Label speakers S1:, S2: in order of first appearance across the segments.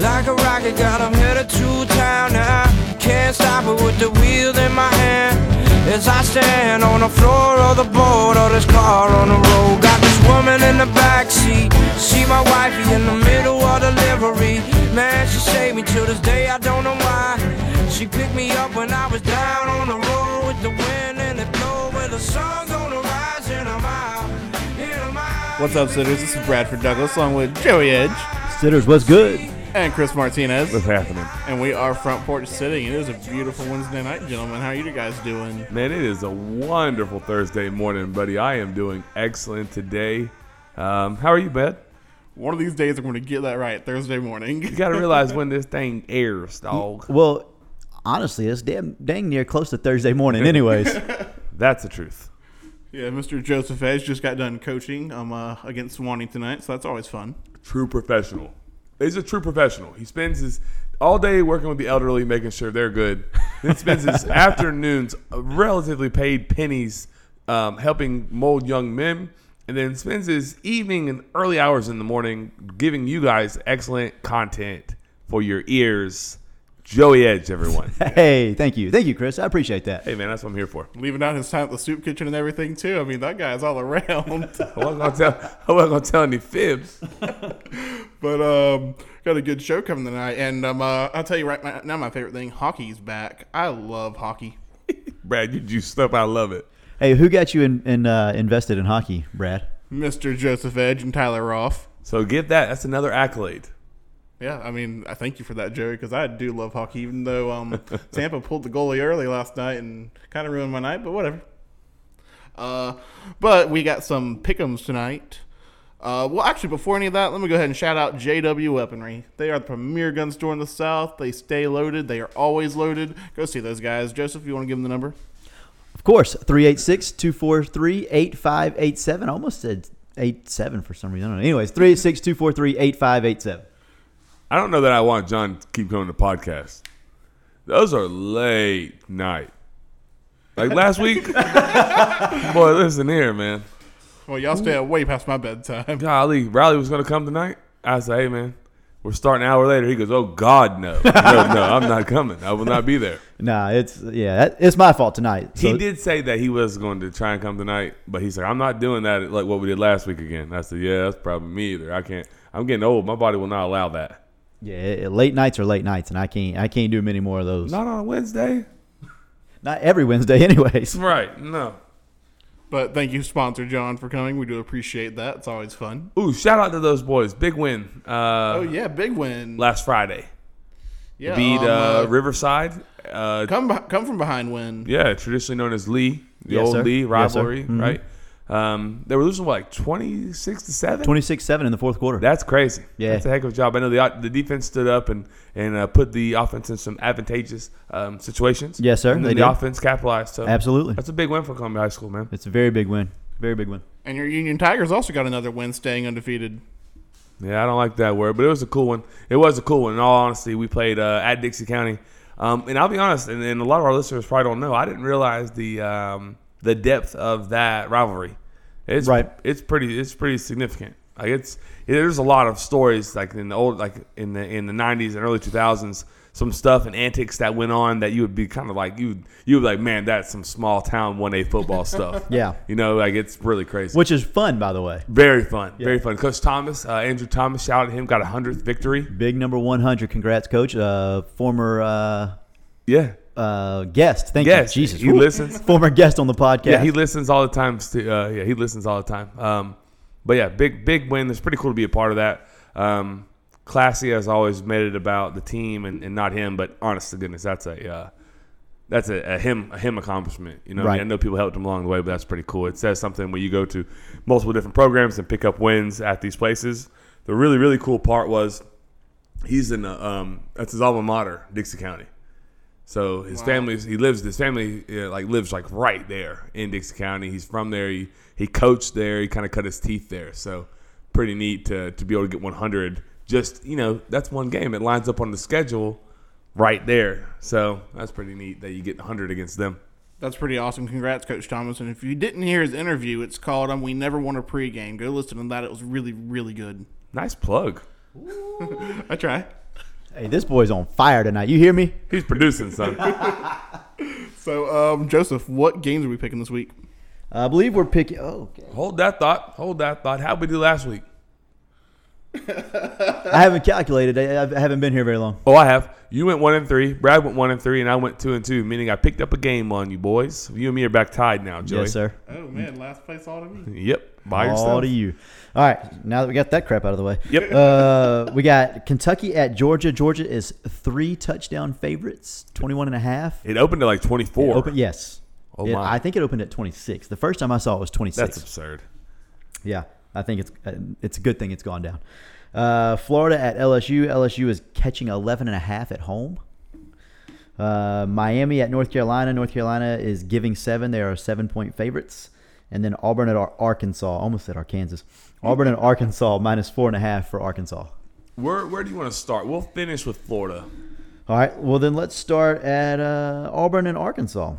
S1: like a rocket, God, I'm headed to town now. Can't stop it with the wheels in my hand. As I stand on the floor of the boat or this car on the road, got this woman in the backseat. See my wifey in the middle of delivery. Man, she saved me till this day, I don't know why. She picked me up when I was down on the road with the wind and it blow with the sun gonna rise and I'm out. And I'm out.
S2: What's up, sitters? This is Bradford Douglas along with Joey Edge
S3: Sitters, what's good?
S2: and Chris Martinez.
S4: What's happening?
S2: And we are front porch sitting. It is a beautiful Wednesday night, gentlemen. How are you guys doing?
S4: Man, it is a wonderful Thursday morning, buddy. I am doing excellent today. Um, how are you, bud?
S2: One of these days I'm gonna get that right Thursday morning.
S4: You got to realize when this thing airs, dog.
S3: Well, honestly, it's damn dang near close to Thursday morning, anyways.
S4: That's the truth.
S2: yeah, Mr. Joseph Edge just got done coaching um uh, against Swanee tonight, so that's always fun.
S4: True professional. He's a true professional. He spends his all day working with the elderly, making sure they're good. Then spends his afternoons, uh, relatively paid pennies, um, helping mold young men. And then spends his evening and early hours in the morning giving you guys excellent content for your ears. Joey Edge, everyone.
S3: hey, thank you, thank you, Chris. I appreciate that.
S4: Hey man, that's what I'm here for.
S2: Leaving out his time at the soup kitchen and everything too. I mean, that guy's all around.
S4: I wasn't gonna tell. I wasn't gonna tell any fibs.
S2: but um, got a good show coming tonight, and um, uh, I'll tell you right now- now, my favorite thing: hockey's back. I love hockey.
S4: Brad, you juiced up. I love it.
S3: Hey, who got you in, in uh, invested in hockey, Brad?
S2: Mr. Joseph Edge and Tyler Roth.
S4: So give that. That's another accolade.
S2: Yeah, I mean, I thank you for that, Joey, because I do love hockey. Even though um, Tampa pulled the goalie early last night and kind of ruined my night, but whatever. Uh, but we got some pickums tonight. Uh, well, actually, before any of that, let me go ahead and shout out JW Weaponry. They are the premier gun store in the South. They stay loaded. They are always loaded. Go see those guys. Joseph, you want to give them the number?
S3: Of course, 386-243-8587. I almost said 87 for some reason. I don't know. Anyways, 386-243-8587.
S4: I don't know that I want John to keep coming to podcasts. Those are late night. Like last week. Boy, listen here, man.
S2: Well, y'all stay out way past my bedtime.
S4: Golly, Riley was gonna come tonight. I said, hey man, we're starting an hour later. He goes, oh God, no, no, no, I'm not coming. I will not be there.
S3: Nah, it's yeah, that, it's my fault tonight.
S4: He
S3: So-
S4: did say that he was going to try and come tonight, but he's like, I'm not doing that like what we did last week again. I said, Yeah, that's probably me either. I can't. I'm getting old. My body will not allow that.
S3: Yeah, it- late nights are late nights, and I can't I can't do many more of those.
S4: Not on Wednesday.
S3: Not every Wednesday, anyways.
S4: Right. No.
S2: But thank you, sponsor John, for coming. We do appreciate that. It's always fun.
S4: Ooh, shout out to those boys. Big win. Uh,
S2: Oh yeah, big win.
S4: last Friday.
S2: Yeah,
S4: Beat
S2: um,
S4: uh,
S2: uh,
S4: Riverside. Uh,
S2: come beh- come from behind win.
S4: yeah, traditionally known as Lee, the
S3: Yes,
S4: old
S3: sir. Mm-hmm.
S4: Lee
S3: Yes, sir.
S4: rivalry, right? Um, they were losing what, like twenty six to seven.
S3: 26-7 in the fourth quarter.
S4: That's crazy.
S3: Yeah.
S4: that's a heck of a job. I know the the defense stood up and and uh, put the offense in some advantageous um, situations.
S3: Yes, sir.
S4: And
S3: They
S4: then the
S3: did.
S4: offense capitalized. So
S3: Absolutely.
S4: that's a big win for Columbia High School, man.
S3: It's a very big win. Very big win.
S2: And your Union Tigers also got another win, staying undefeated.
S4: Yeah, I don't like that word, but it was a cool one. It was a cool one. In all honesty, we played uh, at Dixie County, um, and I'll be honest, and, and a lot of our listeners probably don't know. I didn't realize the um, the depth of that rivalry. It's
S3: Right.
S4: It's pretty. It's pretty significant. Like it's there's a lot of stories like in the old like in the in the 90s and early 2000s. Some stuff and antics that went on that you would be kind of like you you would be like man that's some small town one A football stuff.
S3: Yeah.
S4: you know like it's really crazy.
S3: Which is fun, by the way.
S4: Very fun. Very fun. Coach Thomas, uh, Andrew Thomas, shout out to him, got a 100th victory.
S3: Big number 100. Congrats, coach. Uh, former uh,
S4: Yeah.
S3: uh, guest. Thank
S4: Yes,
S3: you. Jesus.
S4: he listens.
S3: Former guest on the podcast.
S4: Yeah, he listens all the time. To, uh, yeah, he listens all the time. Um, but yeah, big, big win. It's pretty cool to be a part of that. Um, classy has always made it about the team and, and not him, but honest to goodness, that's a. Uh, that's a, a him a him accomplishment. You know, I, mean,
S3: Right.
S4: I know people helped him along the way, but that's pretty cool. It says something when you go to multiple different programs and pick up wins at these places. The really really cool part was he's in a, um that's his alma mater, Dixie County. So his family's he lives his family yeah, like lives like right there in Dixie County. He's from there. He he coached there. He kind of cut his teeth there. So pretty neat to to be able to get 100. Just you know that's one game. It lines up on the schedule right there. So that's pretty neat that you get 100 against them.
S2: That's pretty awesome. Congrats, Coach Thomas. And if you didn't hear his interview, it's called um, "We Never Won a Pregame." Go listen to that. It was really, really good.
S4: Nice plug.
S2: I try.
S3: Hey, this boy's on fire tonight. You hear me?
S4: He's producing, son.
S2: So, um, Joseph, what games are we picking this week?
S3: I believe we're picking. Oh, okay.
S4: Hold that thought. Hold that thought. How'd we do last week?
S3: I haven't calculated. I, I haven't been here very long.
S4: Oh, I have. You went one and three. Brad went one and three, and I went two and two. Meaning I picked up a game on you boys. You and me are back tied now, Joey.
S3: Yes, sir.
S2: Oh man, last place all to me.
S4: Yep. By
S3: All
S4: yourself.
S3: to you. All right. Now that we got that crap out of the way.
S4: Yep.
S3: Uh, we got Kentucky at Georgia. Georgia is three touchdown favorites, 21 and a half.
S4: It opened to like twenty four.
S3: Open, yes.
S4: Oh,
S3: It-
S4: my.
S3: I think it opened at 26. The first time I saw it was 26.
S4: That's absurd.
S3: Yeah, I think it's uh, it's a good thing it's gone down. Uh, Florida at LSU. LSU is catching 11 and a half at home. Uh, Miami at North Carolina. North Carolina is giving seven. They are seven point favorites. And then Auburn at Ar- Arkansas. Almost at Arkansas. Auburn at Arkansas minus four and a half for Arkansas.
S4: Where Where do you want to start? We'll finish with Florida.
S3: All right. Well, then let's start at uh, Auburn and Arkansas.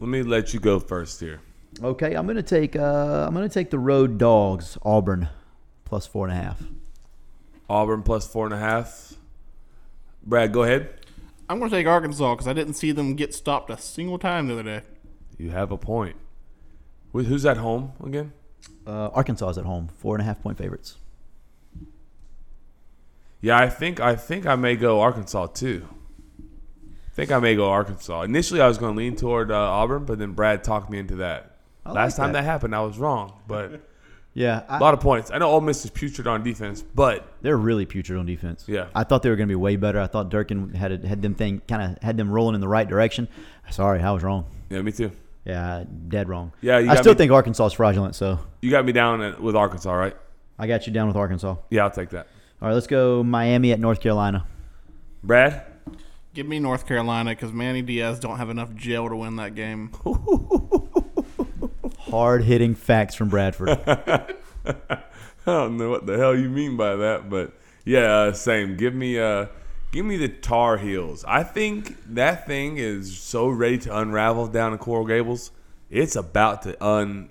S4: Let me let you go first here.
S3: Okay, I'm gonna take uh, I'm gonna take the road dogs. Auburn plus four and a half.
S4: Auburn plus four and a half. Brad, go ahead.
S2: I'm going to take Arkansas because I didn't see them get stopped a single time the other day.
S4: You have a point. Wh- Who's at home again?
S3: Uh, Arkansas is at home. Four and a half point favorites.
S4: Yeah, I think I think I may go Arkansas too. I think I may go Arkansas. Initially, I was going to lean toward uh, Auburn, but then Brad talked me into that.
S3: I
S4: Last
S3: like
S4: time
S3: that.
S4: that. happened, I was wrong, but
S3: Yeah,
S4: a
S3: I,
S4: lot of points. I know Ole Miss is putrid on defense, but
S3: they're really putrid on defense.
S4: Yeah.
S3: I thought they were going to be way better. I thought Durkin had had them thing kind of had them rolling in the right direction. Sorry, I was wrong.
S4: yeah, me too.
S3: Yeah, dead wrong.
S4: Yeah, you
S3: I
S4: got
S3: still
S4: me-
S3: think Arkansas is fraudulent. So
S4: You got me down at, with Arkansas, right?
S3: I got you down with Arkansas. All
S4: Yeah, I'll take that.
S3: right, let's go Miami at North Carolina.
S4: Brad,
S2: Give me North Carolina because Manny Diaz don't have enough jail to win that game.
S3: Hard hitting facts from Bradford.
S4: I don't know what the hell you mean by that, but yeah, uh, same. Give me uh give me the Tar Heels. I think that thing is so ready to unravel down in Coral Gables. It's about to un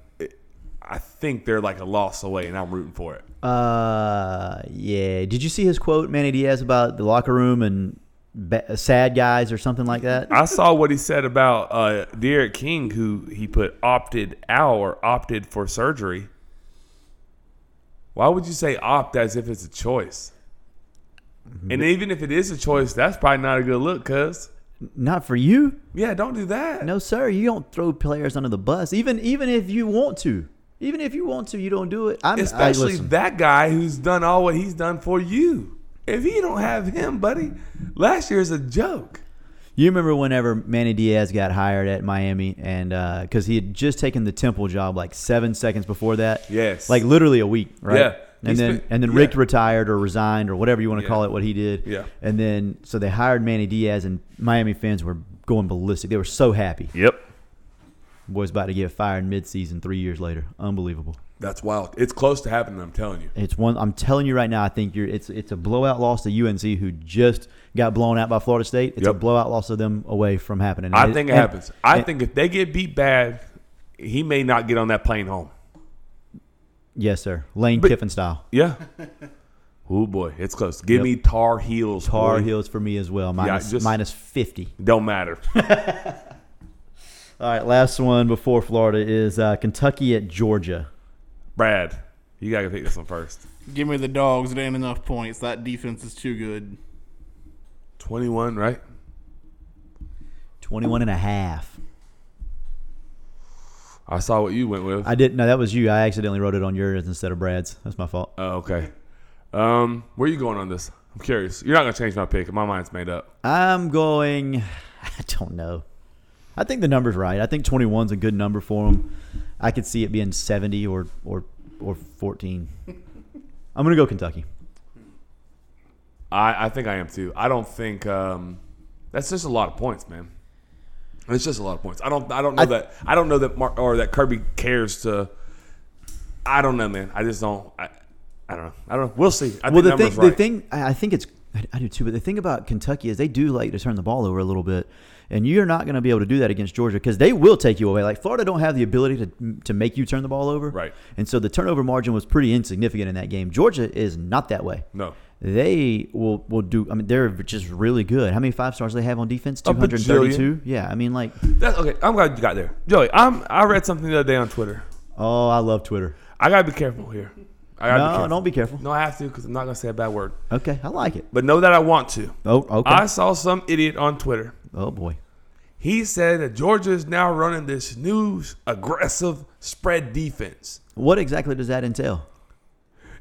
S4: I think they're like a loss away and I'm rooting for it.
S3: uh, yeah. Did you see his quote, Manny Diaz, about the locker room and ba- sad guys or something like that?
S4: I saw what he said about uh Derek King who he put opted out or opted for surgery. Why would you say opt as if it's a choice? And even if it is a choice, that's probably not a good look, cuz.
S3: Not for you.
S4: Yeah, don't do that.
S3: No, sir. You don't throw players under the bus, even even if you want to. Even if you want to, you don't do it. I'm, I,
S4: Especially
S3: listen,
S4: that guy who's done all what he's done for you. If you don't have him, buddy, last year's a joke.
S3: You remember whenever Manny Diaz got hired at Miami, and because he had just taken the Temple job like seven seconds before that.
S4: Yes.
S3: like literally a week, right?
S4: Yeah.
S3: And
S4: He's
S3: then
S4: been-
S3: and then
S4: yeah.
S3: Rick retired or resigned or whatever you want to
S4: Yeah.
S3: call it, what he did.
S4: Yeah.
S3: And then so they hired Manny Diaz, and Miami fans were going ballistic. They were so happy.
S4: Yep.
S3: Boy's about to get fired midseason three years later. Unbelievable.
S4: That's wild. It's close to happening, I'm telling you.
S3: It's one. I'm telling you right now. I think you're. It's it's a blowout loss to UNC, who just got blown out by Florida State. It's a
S4: Yep.
S3: blowout loss to them away from happening.
S4: I think it
S3: And-
S4: happens. I
S3: and-
S4: think if they get beat bad, he may not get on that plane home.
S3: Yes, sir. Lane Kiffin style.
S4: Yeah. oh boy, it's close. Give
S3: Yep.
S4: me Tar Heels.
S3: Tar
S4: boy.
S3: Heels for me as well. Minus,
S4: just-
S3: minus fifty.
S4: Don't matter.
S3: All right, last one before Florida is uh, Kentucky at Georgia.
S4: Brad, you gotta pick this one first.
S2: Give me the dogs. It ain't enough points. That defense is too good.
S4: Twenty-one, right?
S3: 21 and a half.
S4: I saw what you went with.
S3: I didn't. No, that was you. I accidentally wrote it on yours instead of Brad's. That's my fault.
S4: Oh, okay. Um, where are you going on this? I'm curious. You're not gonna change my pick. My mind's made up.
S3: I'm going. I don't know. I think the number's right. I think 21's a good number for him. I could see it being 70 or or or 14. I'm gonna go Kentucky.
S4: I, I think I am too. I don't think um, that's just a lot of points, man. It's just a lot of points. I don't I don't know
S3: I-
S4: that I don't know that Mark or that Kirby cares to. I don't know, man. I just don't. I, I don't know. I don't know. We'll see. I
S3: well,
S4: think
S3: the
S4: numbers
S3: thing,
S4: right.
S3: the thing, I I think it's, I I do too. But the thing about Kentucky is they do like to turn the ball over a little bit, and you're not going to be able to do that against Georgia because they will take you away. Like Florida don't have the ability to to make you turn the ball over,
S4: Right.
S3: And so the turnover margin was pretty insignificant in that game. Georgia is not that way.
S4: No.
S3: They will will do. I mean, they're just really good. How many five stars they have on defense? Two
S4: A bajillion.
S3: hundred thirty-two. Yeah, I mean, like,
S4: That's, okay, I'm glad you got there, Joey. I'm. I read something the other day on Twitter.
S3: oh, I love Twitter.
S4: I gotta be careful here. I gotta
S3: no,
S4: be careful.
S3: don't be careful.
S4: No, I have to because I'm not gonna say a bad word.
S3: Okay, I like it.
S4: But know that I want to.
S3: Oh, okay.
S4: I saw some idiot on Twitter.
S3: oh boy.
S4: He said that Georgia is now running this new aggressive spread defense.
S3: What exactly does that entail?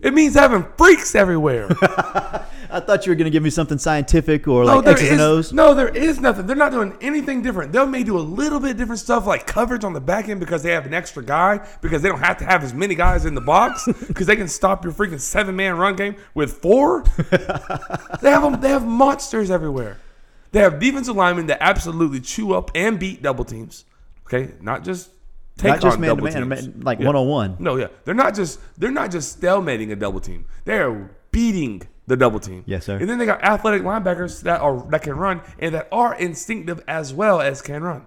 S4: It means having freaks everywhere.
S3: I thought you were going to give me something scientific or
S4: no,
S3: like
S4: there
S3: X's and O's.
S4: is no, there is nothing. They're not doing anything different. They may do a little bit different stuff like coverage on the back end because they have an extra guy because they don't have to have as many guys in the box because they can stop your freaking seven man run game with four. they have 'em- They have monsters everywhere. They have defensive linemen that absolutely chew up and beat double teams. Okay, not just take
S3: Not just
S4: on
S3: man to
S4: double
S3: man,
S4: teams.
S3: man- like
S4: Yeah.
S3: one on one.
S4: No, yeah, they're not just they're not just stalemating a double team. They are beating the double team.
S3: Yes, sir.
S4: And then they got athletic linebackers that are that can run and that are instinctive as well as can run.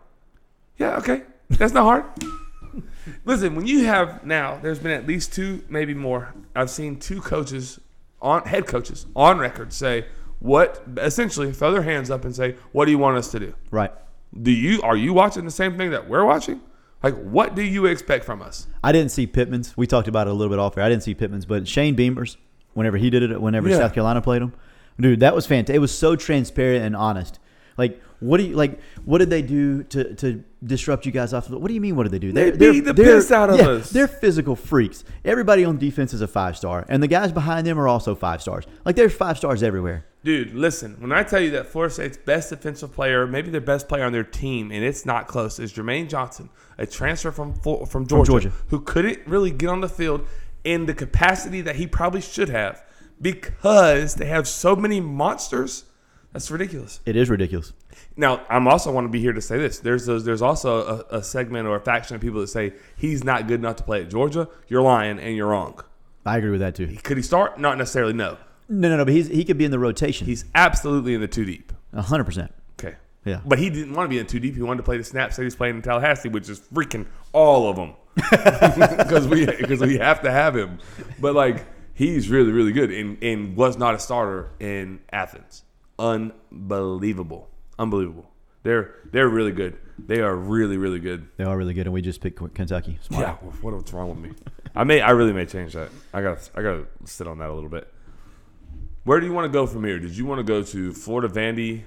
S4: Yeah, okay, that's not hard. Listen, when you have now, there's been at least two, maybe more. I've seen two coaches on head coaches on record say what essentially throw their hands up and say, "What do you want us to do?"
S3: Right.
S4: Do you are you watching the same thing that we're watching? Like, what do you expect from us?
S3: I didn't see Pittman's. We talked about it a little bit off air. I didn't see Pittman's, but Shane Beamer's, whenever he did it, whenever
S4: Yeah.
S3: South Carolina played him, dude, that was fantastic. It was so transparent and honest. Like, what do you like? What did they do to, to disrupt you guys off? the- What do you mean? What did they do?
S4: They beat the piss out of us.
S3: They're physical freaks. Everybody on defense is a five star, and the guys behind them are also five stars. Like, there's five stars everywhere.
S4: Dude, listen, when I tell you that Florida State's best defensive player, maybe their best player on their team, and it's not close, is Jermaine Johnson, a transfer from Flo- from Georgia,
S3: Georgia.
S4: who couldn't really get on the field in the capacity that he probably should have because they have so many monsters. That's ridiculous.
S3: It is ridiculous.
S4: Now, I'm also want to be here to say this. There's those, there's also a, a segment or a faction of people that say he's not good enough to play at Georgia. You're lying and you're wrong.
S3: I agree with that too.
S4: Could he start? Not necessarily. No,
S3: No, no, no. But he's he could be in the rotation. He's
S4: he's absolutely in the two deep.
S3: hundred percent.
S4: Okay.
S3: Yeah.
S4: But he didn't want to be in 2D. He wanted to play the snaps that he's playing in Tallahassee, which is freaking all of them. Because we, because we have to have him. But, like, he's really, really good and, and was not a starter in Athens. Unbelievable. Unbelievable. They're, they're really good. They are really, really good.
S3: They are really good, and we just picked Kentucky. Smart.
S4: Yeah. What, what's wrong with me? I may, I really may change that. I got, I got to sit on that a little bit. Where do you want to go from here? Did you want to go to Florida Vandy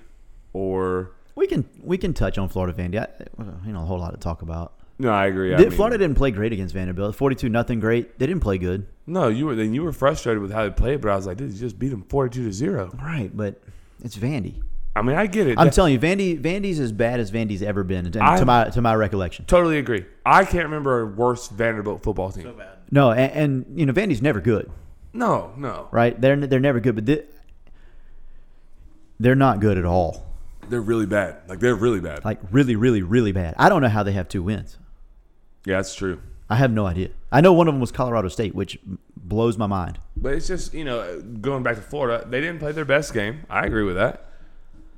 S4: or.
S3: We can we can touch on Florida Vandy. I, you know, a whole lot to talk about.
S4: No, I agree. I
S3: Did-
S4: mean-
S3: Florida didn't play great against Vanderbilt. Forty-two, nothing great. They didn't play good.
S4: No, you were then you were frustrated with how they played, but I was like, dude, you just beat them forty two to zero.
S3: Right, but it's Vandy.
S4: I mean, I get it.
S3: I'm
S4: That-
S3: telling you, Vandy Vandy's as bad as Vandy's ever been, and
S4: I-
S3: to my to my recollection.
S4: totally agree. I can't remember a worse Vanderbilt football team.
S3: No, and, and you know Vandy's never good,
S4: No, no,
S3: right? They're they're never good, but they, they're not good at all.
S4: they're really bad. Like they're really bad.
S3: Like really, really, really bad. I don't know how they have two wins.
S4: Yeah, that's true.
S3: I have no idea. I know one of them was Colorado State, which blows my mind.
S4: But it's just you know going back to Florida, they didn't play their best game. I agree with that,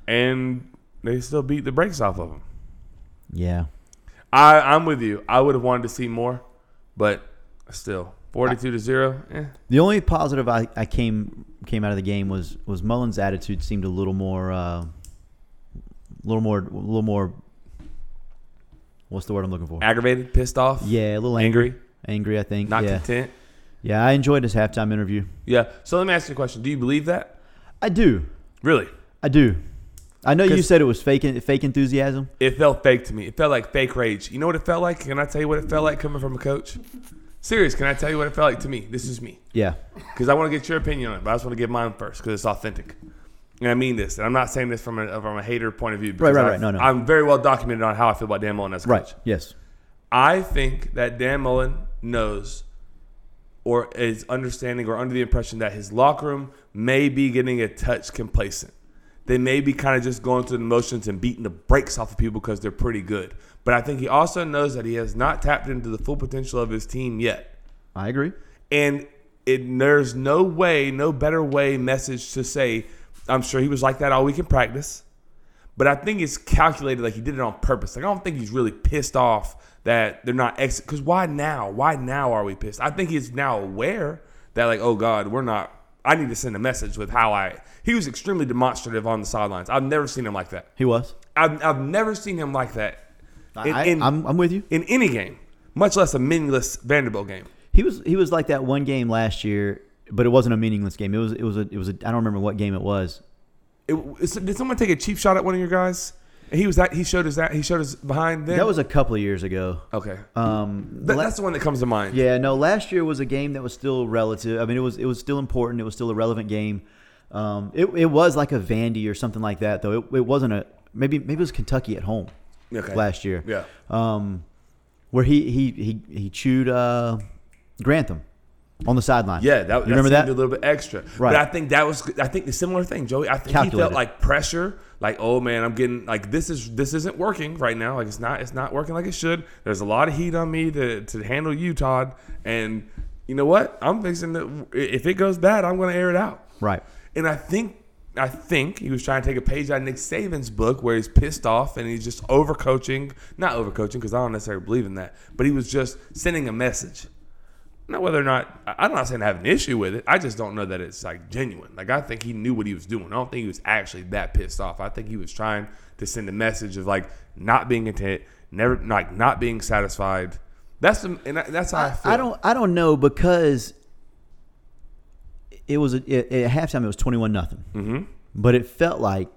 S4: and they still beat the brakes off of them.
S3: Yeah,
S4: I I'm with you. I would have wanted to see more, but still forty two to zero. Eh.
S3: The only positive I, I came came out of the game was was Mullen's attitude seemed a little more, uh, little more, a little more. What's the word I'm looking for?
S4: Aggravated, pissed off.
S3: Yeah, a little angry.
S4: angry,
S3: Angry, I think.
S4: not
S3: yeah,
S4: content.
S3: yeah. I enjoyed his halftime interview.
S4: Yeah. So let me ask you a question. Do you believe that?
S3: I do,
S4: Really?
S3: I do. I know you
S4: 'Cause-
S3: said it was fake fake enthusiasm.
S4: It felt fake to me. It felt like fake rage. You know what it felt like? Can I tell you what it felt like coming from a coach? Serious, can I tell you what it felt like to me? This is me.
S3: Yeah,
S4: Because I want to get your opinion on it, but I just want to give mine first because it's authentic. And I mean this. And I'm not saying this from a, from a hater point of view. because
S3: right,
S4: I-
S3: right. No, no.
S4: I'm very well documented on how I feel about Dan Mullen as a
S3: right.
S4: coach.
S3: Yes,
S4: I think that Dan Mullen knows or is understanding or under the impression that his locker room may be getting a touch complacent. They may be kind of just going through the motions and beating the brakes off of people because they're pretty good. But I think he also knows that he has not tapped into the full potential of his team yet.
S3: I agree.
S4: And it, there's no way, no better way message to say, I'm sure he was like that all week in practice. But I think it's calculated, like he did it on purpose. Like I don't think he's really pissed off that they're not ex. Because why now? Why now are we pissed? I think he's now aware that like, oh God, we're not I need to send a message with how I. He was extremely demonstrative on the sidelines. I've never seen him like that.
S3: He was.
S4: I've, I've never seen him like that in,
S3: I,
S4: in,
S3: I'm, I'm with you.
S4: in any game, much less a meaningless Vanderbilt game.
S3: He was he was like that one game last year, but it wasn't a meaningless game. It was it was a it was a I don't remember what game it was.
S4: It- is- did someone take a cheap shot at one of your guys? And he was that. He showed us that. He showed us behind. Then
S3: That was a couple of years ago.
S4: okay.
S3: Um,
S4: That-
S3: la-
S4: that's the one that comes to mind.
S3: yeah, no, last year was a game that was still relative. I mean, it was it was still important. It was still a relevant game. Um, it, it was like a Vandy or something like that, though. It, it wasn't a maybe maybe it was Kentucky at home
S4: Okay.
S3: last year.
S4: Yeah.
S3: um, where he he he he chewed uh, Grantham on the sideline.
S4: Yeah, that,
S3: you remember that?
S4: seemed a little bit extra.
S3: Right.
S4: But I think that was I think the similar thing, Joey. I think he felt
S3: Calculated.
S4: like pressure, like oh man, I'm getting like this is this isn't working right now. Like it's not it's not working like it should. There's a lot of heat on me to to handle you, Todd. And you know what? I'm fixing to if it goes bad, I'm going to air it out.
S3: right.
S4: And I think I think he was trying to take a page out of Nick Saban's book where he's pissed off and he's just overcoaching, not overcoaching because I don't necessarily believe in that, but he was just sending a message. Now, whether or not I- I'm not saying I have an issue with it, I just don't know that it's like genuine. Like I think he knew what he was doing. I don't think he was actually that pissed off. I think he was trying to send a message of like not being content, never like not being satisfied. That's the and I- that's how I, feel.
S3: I don't I don't know because it was a, it, at halftime it was twenty one nothing,
S4: Mm-hmm.
S3: but it felt like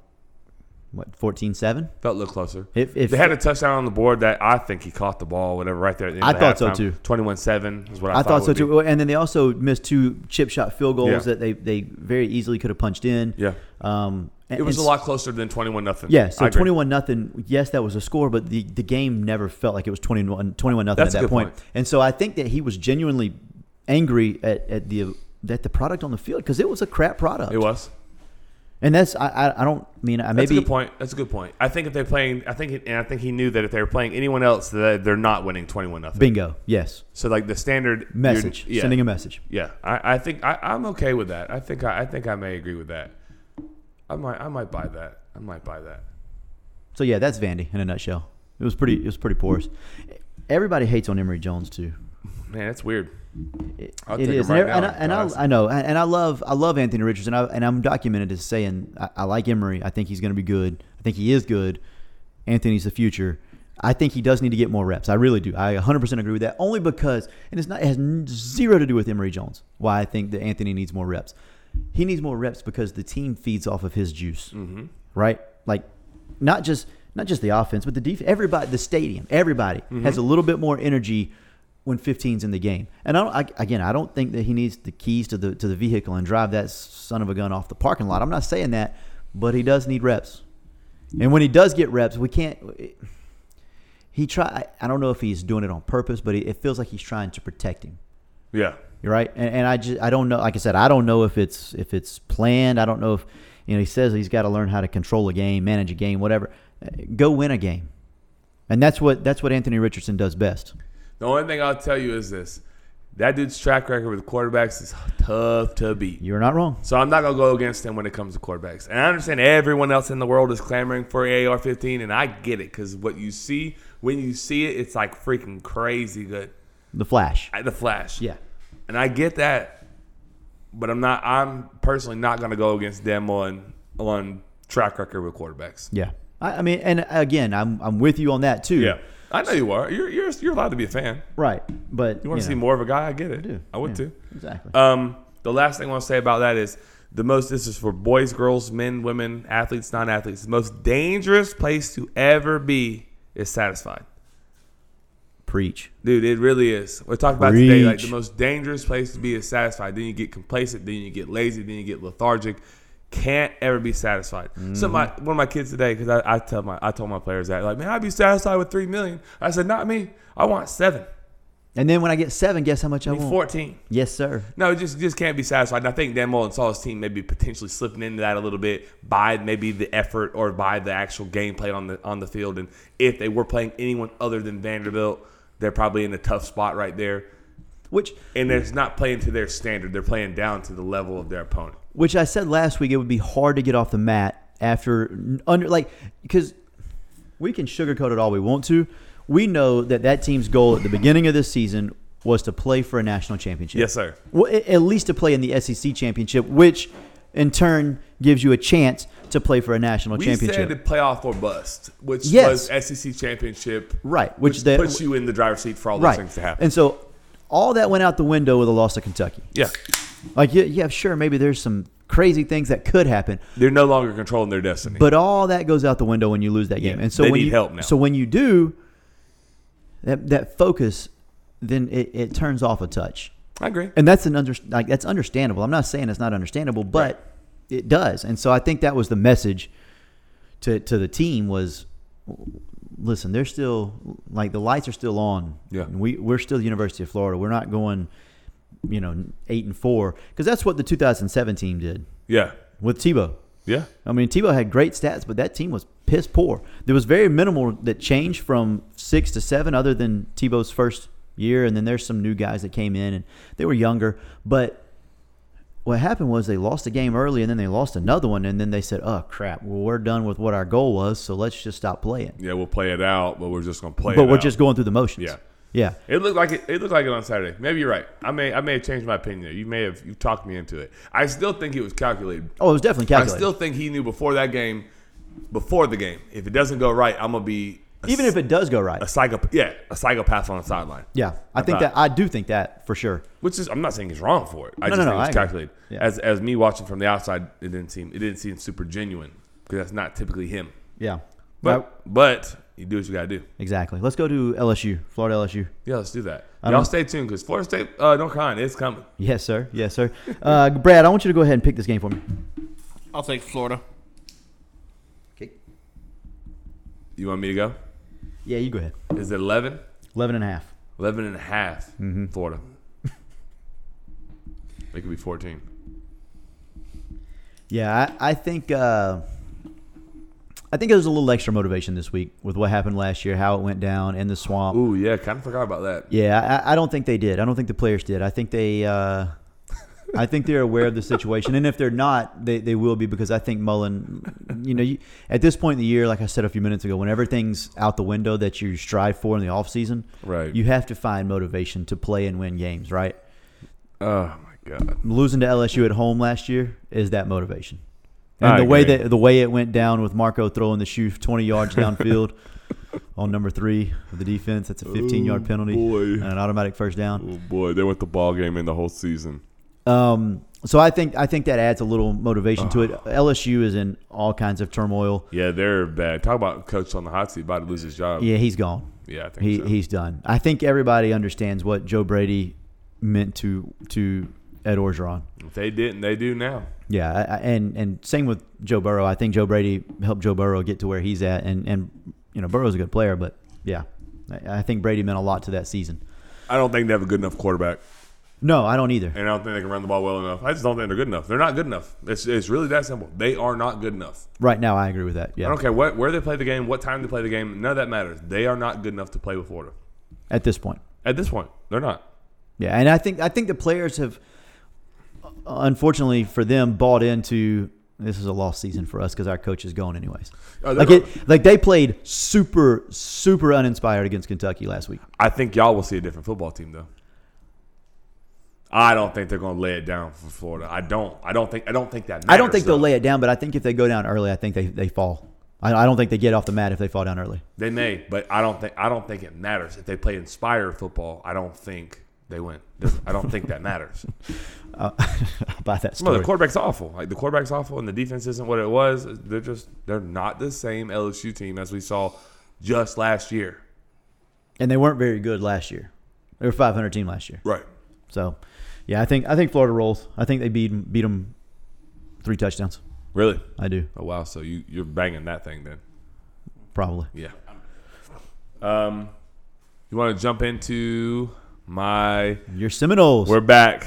S3: what 14-7?
S4: Felt a little closer.
S3: If- if-
S4: they had a touchdown on the board that I think he caught the ball, whatever, right there. At the end
S3: I
S4: of the
S3: thought so,
S4: halftime.
S3: too.
S4: Twenty-one-seven is what I,
S3: I thought
S4: it
S3: so
S4: would be.
S3: too. And then they also missed two chip shot field goals
S4: Yeah.
S3: that they, they very easily could have punched in.
S4: Yeah.
S3: Um, and-
S4: It was a
S3: and-
S4: lot closer than twenty-one nothing.
S3: Yeah, so twenty one nothing. Yes, that was a score, but the, the game never felt like it was 21 21 nothing at
S4: That's a
S3: that
S4: good
S3: point.
S4: point.
S3: And so I think that he was genuinely angry at, at the at the product on the field because it was a crap product.
S4: It was.
S3: and that's I I, I don't mean I
S4: That's
S3: maybe
S4: a good point. That's a good point. I think if they're playing, I think, it, and I think he knew that if they were playing anyone else, that they're not winning twenty-one nothing.
S3: bingo. Yes,
S4: So like the standard
S3: message
S4: you're- yeah,
S3: sending a message.
S4: Yeah, I, I think I, I'm okay with that. I think I, I think I may agree with that. I might I might buy that. I might buy that.
S3: So yeah, that's Vandy in a nutshell. It was pretty it was pretty porous. Everybody hates on Emory Jones too.
S4: Man, that's weird. I'll
S3: It
S4: take him
S3: is,
S4: right
S3: and, I- and,
S4: now,
S3: I, and
S4: guys.
S3: I, I know, and I love, I love Anthony Richards, and I and I'm documented as saying I, I like Emery. I think he's going to be good. I think he is good. Anthony's the future. I think he does need to get more reps. I really do. I 100% agree with that. Only because, and it's not it has n- zero to do with Emory Jones. Why I think that Anthony needs more reps. He needs more reps because the team feeds off of his juice, mm-hmm. right? Like, not just not just the offense, but the defense. Everybody, the stadium, everybody has a little bit more energy when 15's in the game. And I, don't, I again, I don't think that he needs the keys to the to the vehicle and drive that son of a gun off the parking lot. I'm not saying that, but he does need reps. And when he does get reps, we can't. He try. I don't know if he's doing it on purpose, but it it feels like he's trying to protect him.
S4: Yeah.
S3: You're right. And, and I just I don't know. Like I said, I don't know if it's if it's planned. I don't know if you know. He says he's got to learn how to control a game, manage a game, whatever. Uh, Go win a game, and that's what that's what Anthony Richardson does best.
S4: The only thing I'll tell you is this: that dude's track record with quarterbacks is tough to beat.
S3: You're not wrong.
S4: So I'm not gonna go against him when it comes to quarterbacks. And I understand everyone else in the world is clamoring for AR-15, and I get it because what you see when you see it, it's like freaking crazy good.
S3: The Flash.
S4: At the Flash.
S3: Yeah.
S4: And I get that, but I'm not. I'm personally not gonna go against them on on track record with quarterbacks.
S3: Yeah. I, I mean, and again, I'm I'm with you on that too.
S4: I know you are. You're you're you're allowed to be a fan.
S3: Right. But
S4: You want to see
S3: know,
S4: more of a guy? I get it. I,
S3: do.
S4: would
S3: Yeah.
S4: too.
S3: Exactly.
S4: Um, the last thing I want to say about that is the most. This is for boys, girls, men, women, athletes, non-athletes. The most dangerous place to ever be is satisfied,
S3: Preach.
S4: dude. It really is. We're talking about today. Like the
S3: Preach.
S4: most dangerous place to be is satisfied. Then you get complacent. Then you get lazy. Then you get lethargic. Can't ever be satisfied. So my
S3: Mm-hmm.
S4: one of my kids today, because I, I tell my I told my players that like, man, I'd be satisfied with three million. I said, not me. I want seven.
S3: And then when I get seven, guess how much I
S4: Be
S3: want?
S4: Fourteen.
S3: Yes, sir.
S4: No, it just just can't be satisfied. And I think Dan Mullen saw his team maybe potentially slipping into that a little bit by maybe the effort or by the actual gameplay on the on the field. And if they were playing anyone other than Vanderbilt, they're probably in a tough spot right there.
S3: Which
S4: And they're not playing to their standard. They're playing down to the level of their opponent.
S3: which I said last week, it would be hard to get off the mat after under like because we can sugarcoat it all we want to. We know that that team's goal at the beginning of this season was to play for a national championship.
S4: Yes, sir.
S3: Well, a- at least to play in the SEC championship, which in turn gives you a chance to play for a national
S4: We
S3: championship.
S4: said the playoff or bust, which
S3: Yes.
S4: was SEC championship,
S3: Right, which they-
S4: puts you in the driver's seat for all those
S3: right.
S4: things to happen.
S3: And so all that went out the window with a loss to Kentucky.
S4: yeah,
S3: Like, yeah, yeah, sure, maybe there's some crazy things that could happen,
S4: they're no longer controlling their destiny.
S3: but all that goes out the window when you lose that game.
S4: Yeah,
S3: and so
S4: they
S3: when
S4: need
S3: you,
S4: help now.
S3: So when you do, that that focus, then it, it turns off a touch,
S4: I agree.
S3: and that's an under like that's understandable. I'm not saying it's not understandable, but it does. And so I think that was the message to to the team was. Listen, they're still like the lights are still on.
S4: Yeah.
S3: we we're still the University of Florida. We're not going, you know, eight and four because that's what the 2007 team did
S4: yeah,
S3: with Tebow.
S4: yeah.
S3: I mean, Tebow had great stats, but that team was piss poor. There was very minimal that changed from six to seven, other than Tebow's first year, and then there's some new guys that came in and they were younger. But what happened was they lost a game early, and then they lost another one, and then they said, "Oh crap! Well, we're done with what our goal was, so let's just stop playing."
S4: Yeah, we'll play it out, but we're just gonna play.
S3: but
S4: it
S3: we're
S4: out.
S3: just going through the motions.
S4: Yeah.
S3: yeah.
S4: It looked like it. It looked like it on Saturday. Maybe you're right. I may. I may have changed my opinion. there. You may have. You talked me into it. I still think it was calculated.
S3: Oh, it was definitely
S4: I
S3: calculated.
S4: still think he knew before that game. Before the game, if it doesn't go right, I'm gonna be a,
S3: Even if it does go right,
S4: a psychopath. Yeah, a psychopath on the sideline.
S3: yeah, I think
S4: thought-
S3: that I do think that for sure.
S4: Which is, I'm not saying he's wrong for it. I
S3: No, no,
S4: just
S3: no,
S4: think
S3: I
S4: it's
S3: agree.
S4: calculated.
S3: Yeah.
S4: As as me watching from the outside, it didn't seem it didn't seem super genuine because that's not typically him.
S3: Yeah,
S4: But
S3: Right.
S4: but you do what you gotta do.
S3: exactly. Let's go to LSU, Florida LSU.
S4: Yeah, let's do that.
S3: don't-
S4: Y'all stay tuned because Florida State uh, North Carolina is coming.
S3: Yes, sir. Yes, sir. Uh, Brad, I want you to go ahead and pick this game for me.
S2: I'll take Florida.
S4: You want me to go?
S3: Yeah, you go ahead.
S4: Is it 11?
S3: 11 and a half.
S4: 11 and a half, Florida. it could be 14.
S3: Yeah, I, I think uh, I think there's a little extra motivation this week with what happened last year, how it went down in the swamp.
S4: Ooh, yeah, kind of forgot about that.
S3: Yeah, I, I don't think they did. I don't think the players did. I think they uh, I think they're aware of the situation, and if they're not, they, they will be because I think Mullen, you know, you, at this point in the year, like I said a few minutes ago, when everything's out the window that you strive for in the offseason,
S4: Right.
S3: you have to find motivation to play and win games, right?
S4: Oh, my God.
S3: losing to LSU at home last year is that motivation. And
S4: I
S3: the way
S4: agree.
S3: that the way it went down with Marco throwing the shoe 20 yards downfield on number three of the defense, that's a 15 yard penalty
S4: Oh, boy.
S3: and an automatic first down.
S4: Oh, boy. They went the ball game in the whole season.
S3: Um, so I think I think that adds a little motivation to it. LSU is in all kinds of turmoil.
S4: Yeah, they're bad. Talk about coach on the hot seat about to lose his job.
S3: Yeah, he's gone.
S4: Yeah, I think
S3: He,
S4: so.
S3: he's done. I think everybody understands what Joe Brady meant to to Ed Orgeron.
S4: If they didn't, they do now.
S3: Yeah, I, I- and and same with Joe Burrow. I think Joe Brady helped Joe Burrow get to where he's at, and and you know Burrow's a good player, but yeah, I, I think Brady meant a lot to that season.
S4: I don't think they have a good enough quarterback,
S3: No, I don't either.
S4: and I don't think they can run the ball well enough. I just don't think they're good enough. They're not good enough. It's, it's really that simple. They are not good enough.
S3: Right now, I agree with that.
S4: I
S3: Yeah,
S4: don't care what, where they play the game, what time they play the game. None of that matters. They are not good enough to play with Florida.
S3: at this point,
S4: At this point, they're not.
S3: yeah, and I think I think the players have, uh, unfortunately for them, bought into this is a lost season for us because our coach is gone anyways.
S4: Oh, they're
S3: like it, like they played super super uninspired against Kentucky last week.
S4: I think y'all will see a different football team though. I don't think they're going to lay it down for Florida. I don't. I don't think. I don't think that. Matters,
S3: I don't think they'll
S4: though.
S3: lay it down, but I think if they go down early, I think they, they fall. I, I don't think they get off the mat if they fall down early.
S4: They may, but I don't think. I don't think it matters if they play inspired football. I don't think they win. Doesn't- I don't think that matters.
S3: I'll buy that
S4: Well,
S3: story.
S4: the quarterback's awful. Like the quarterback's awful, and the defense isn't what it was. They're just. They're not the same LSU team as we saw just last year.
S3: and they weren't very good last year. They were 500 team last year.
S4: Right.
S3: So, yeah, I think I think Florida rolls. I think they beat 'em- beat them three touchdowns.
S4: Really.
S3: I do
S4: Oh wow. So you you're banging that thing then.
S3: probably.
S4: Yeah. Um, you want to jump into my?
S3: Your Seminoles
S4: We're back.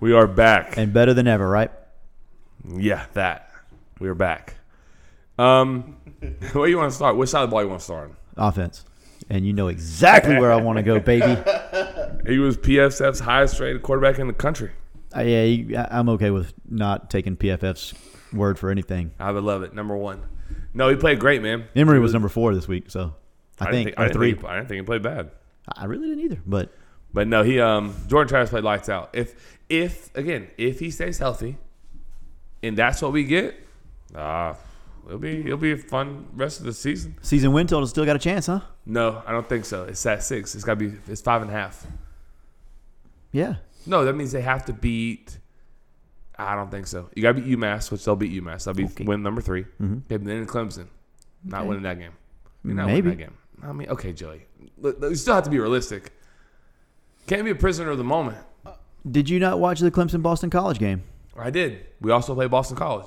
S4: We are back.
S3: and better than ever, right?
S4: Yeah, that. We are back. Um, where you want to start? Which side of the ball you want to start?
S3: Offense, and you know exactly where I want to go, baby.
S4: on? He was PFF's highest rated quarterback in the country.
S3: Uh, yeah, you- I- I'm okay with not taking PFF's word for anything.
S4: I would love it. Number one. No, he played great, man.
S3: Emory was number four this week, so I,
S4: I didn't
S3: think,
S4: think, I
S3: or
S4: didn't
S3: three.
S4: Think he, I didn't think he played bad.
S3: I really didn't either, but
S4: But no, he um Jordan Travis played lights out. If if again, if he stays healthy, and that's what we get, uh it'll be it'll be a fun rest of the season.
S3: Season win total still got a chance, huh?
S4: No, I don't think so. It's at six. It's gotta be it's five and a half.
S3: Yeah.
S4: No, that means they have to beat I don't think so. You gotta beat UMass, which they'll beat UMass. They'll be
S3: Okay. Mm-hmm.
S4: win number 3 They've been in Clemson. Not winning that game. You're not
S3: Maybe.
S4: winning that game. I mean, okay, Joey. Look, look, You still have to be realistic. Can't be a prisoner of the moment.
S3: Did you not watch the Clemson Boston College game?
S4: I did. We also played Boston College.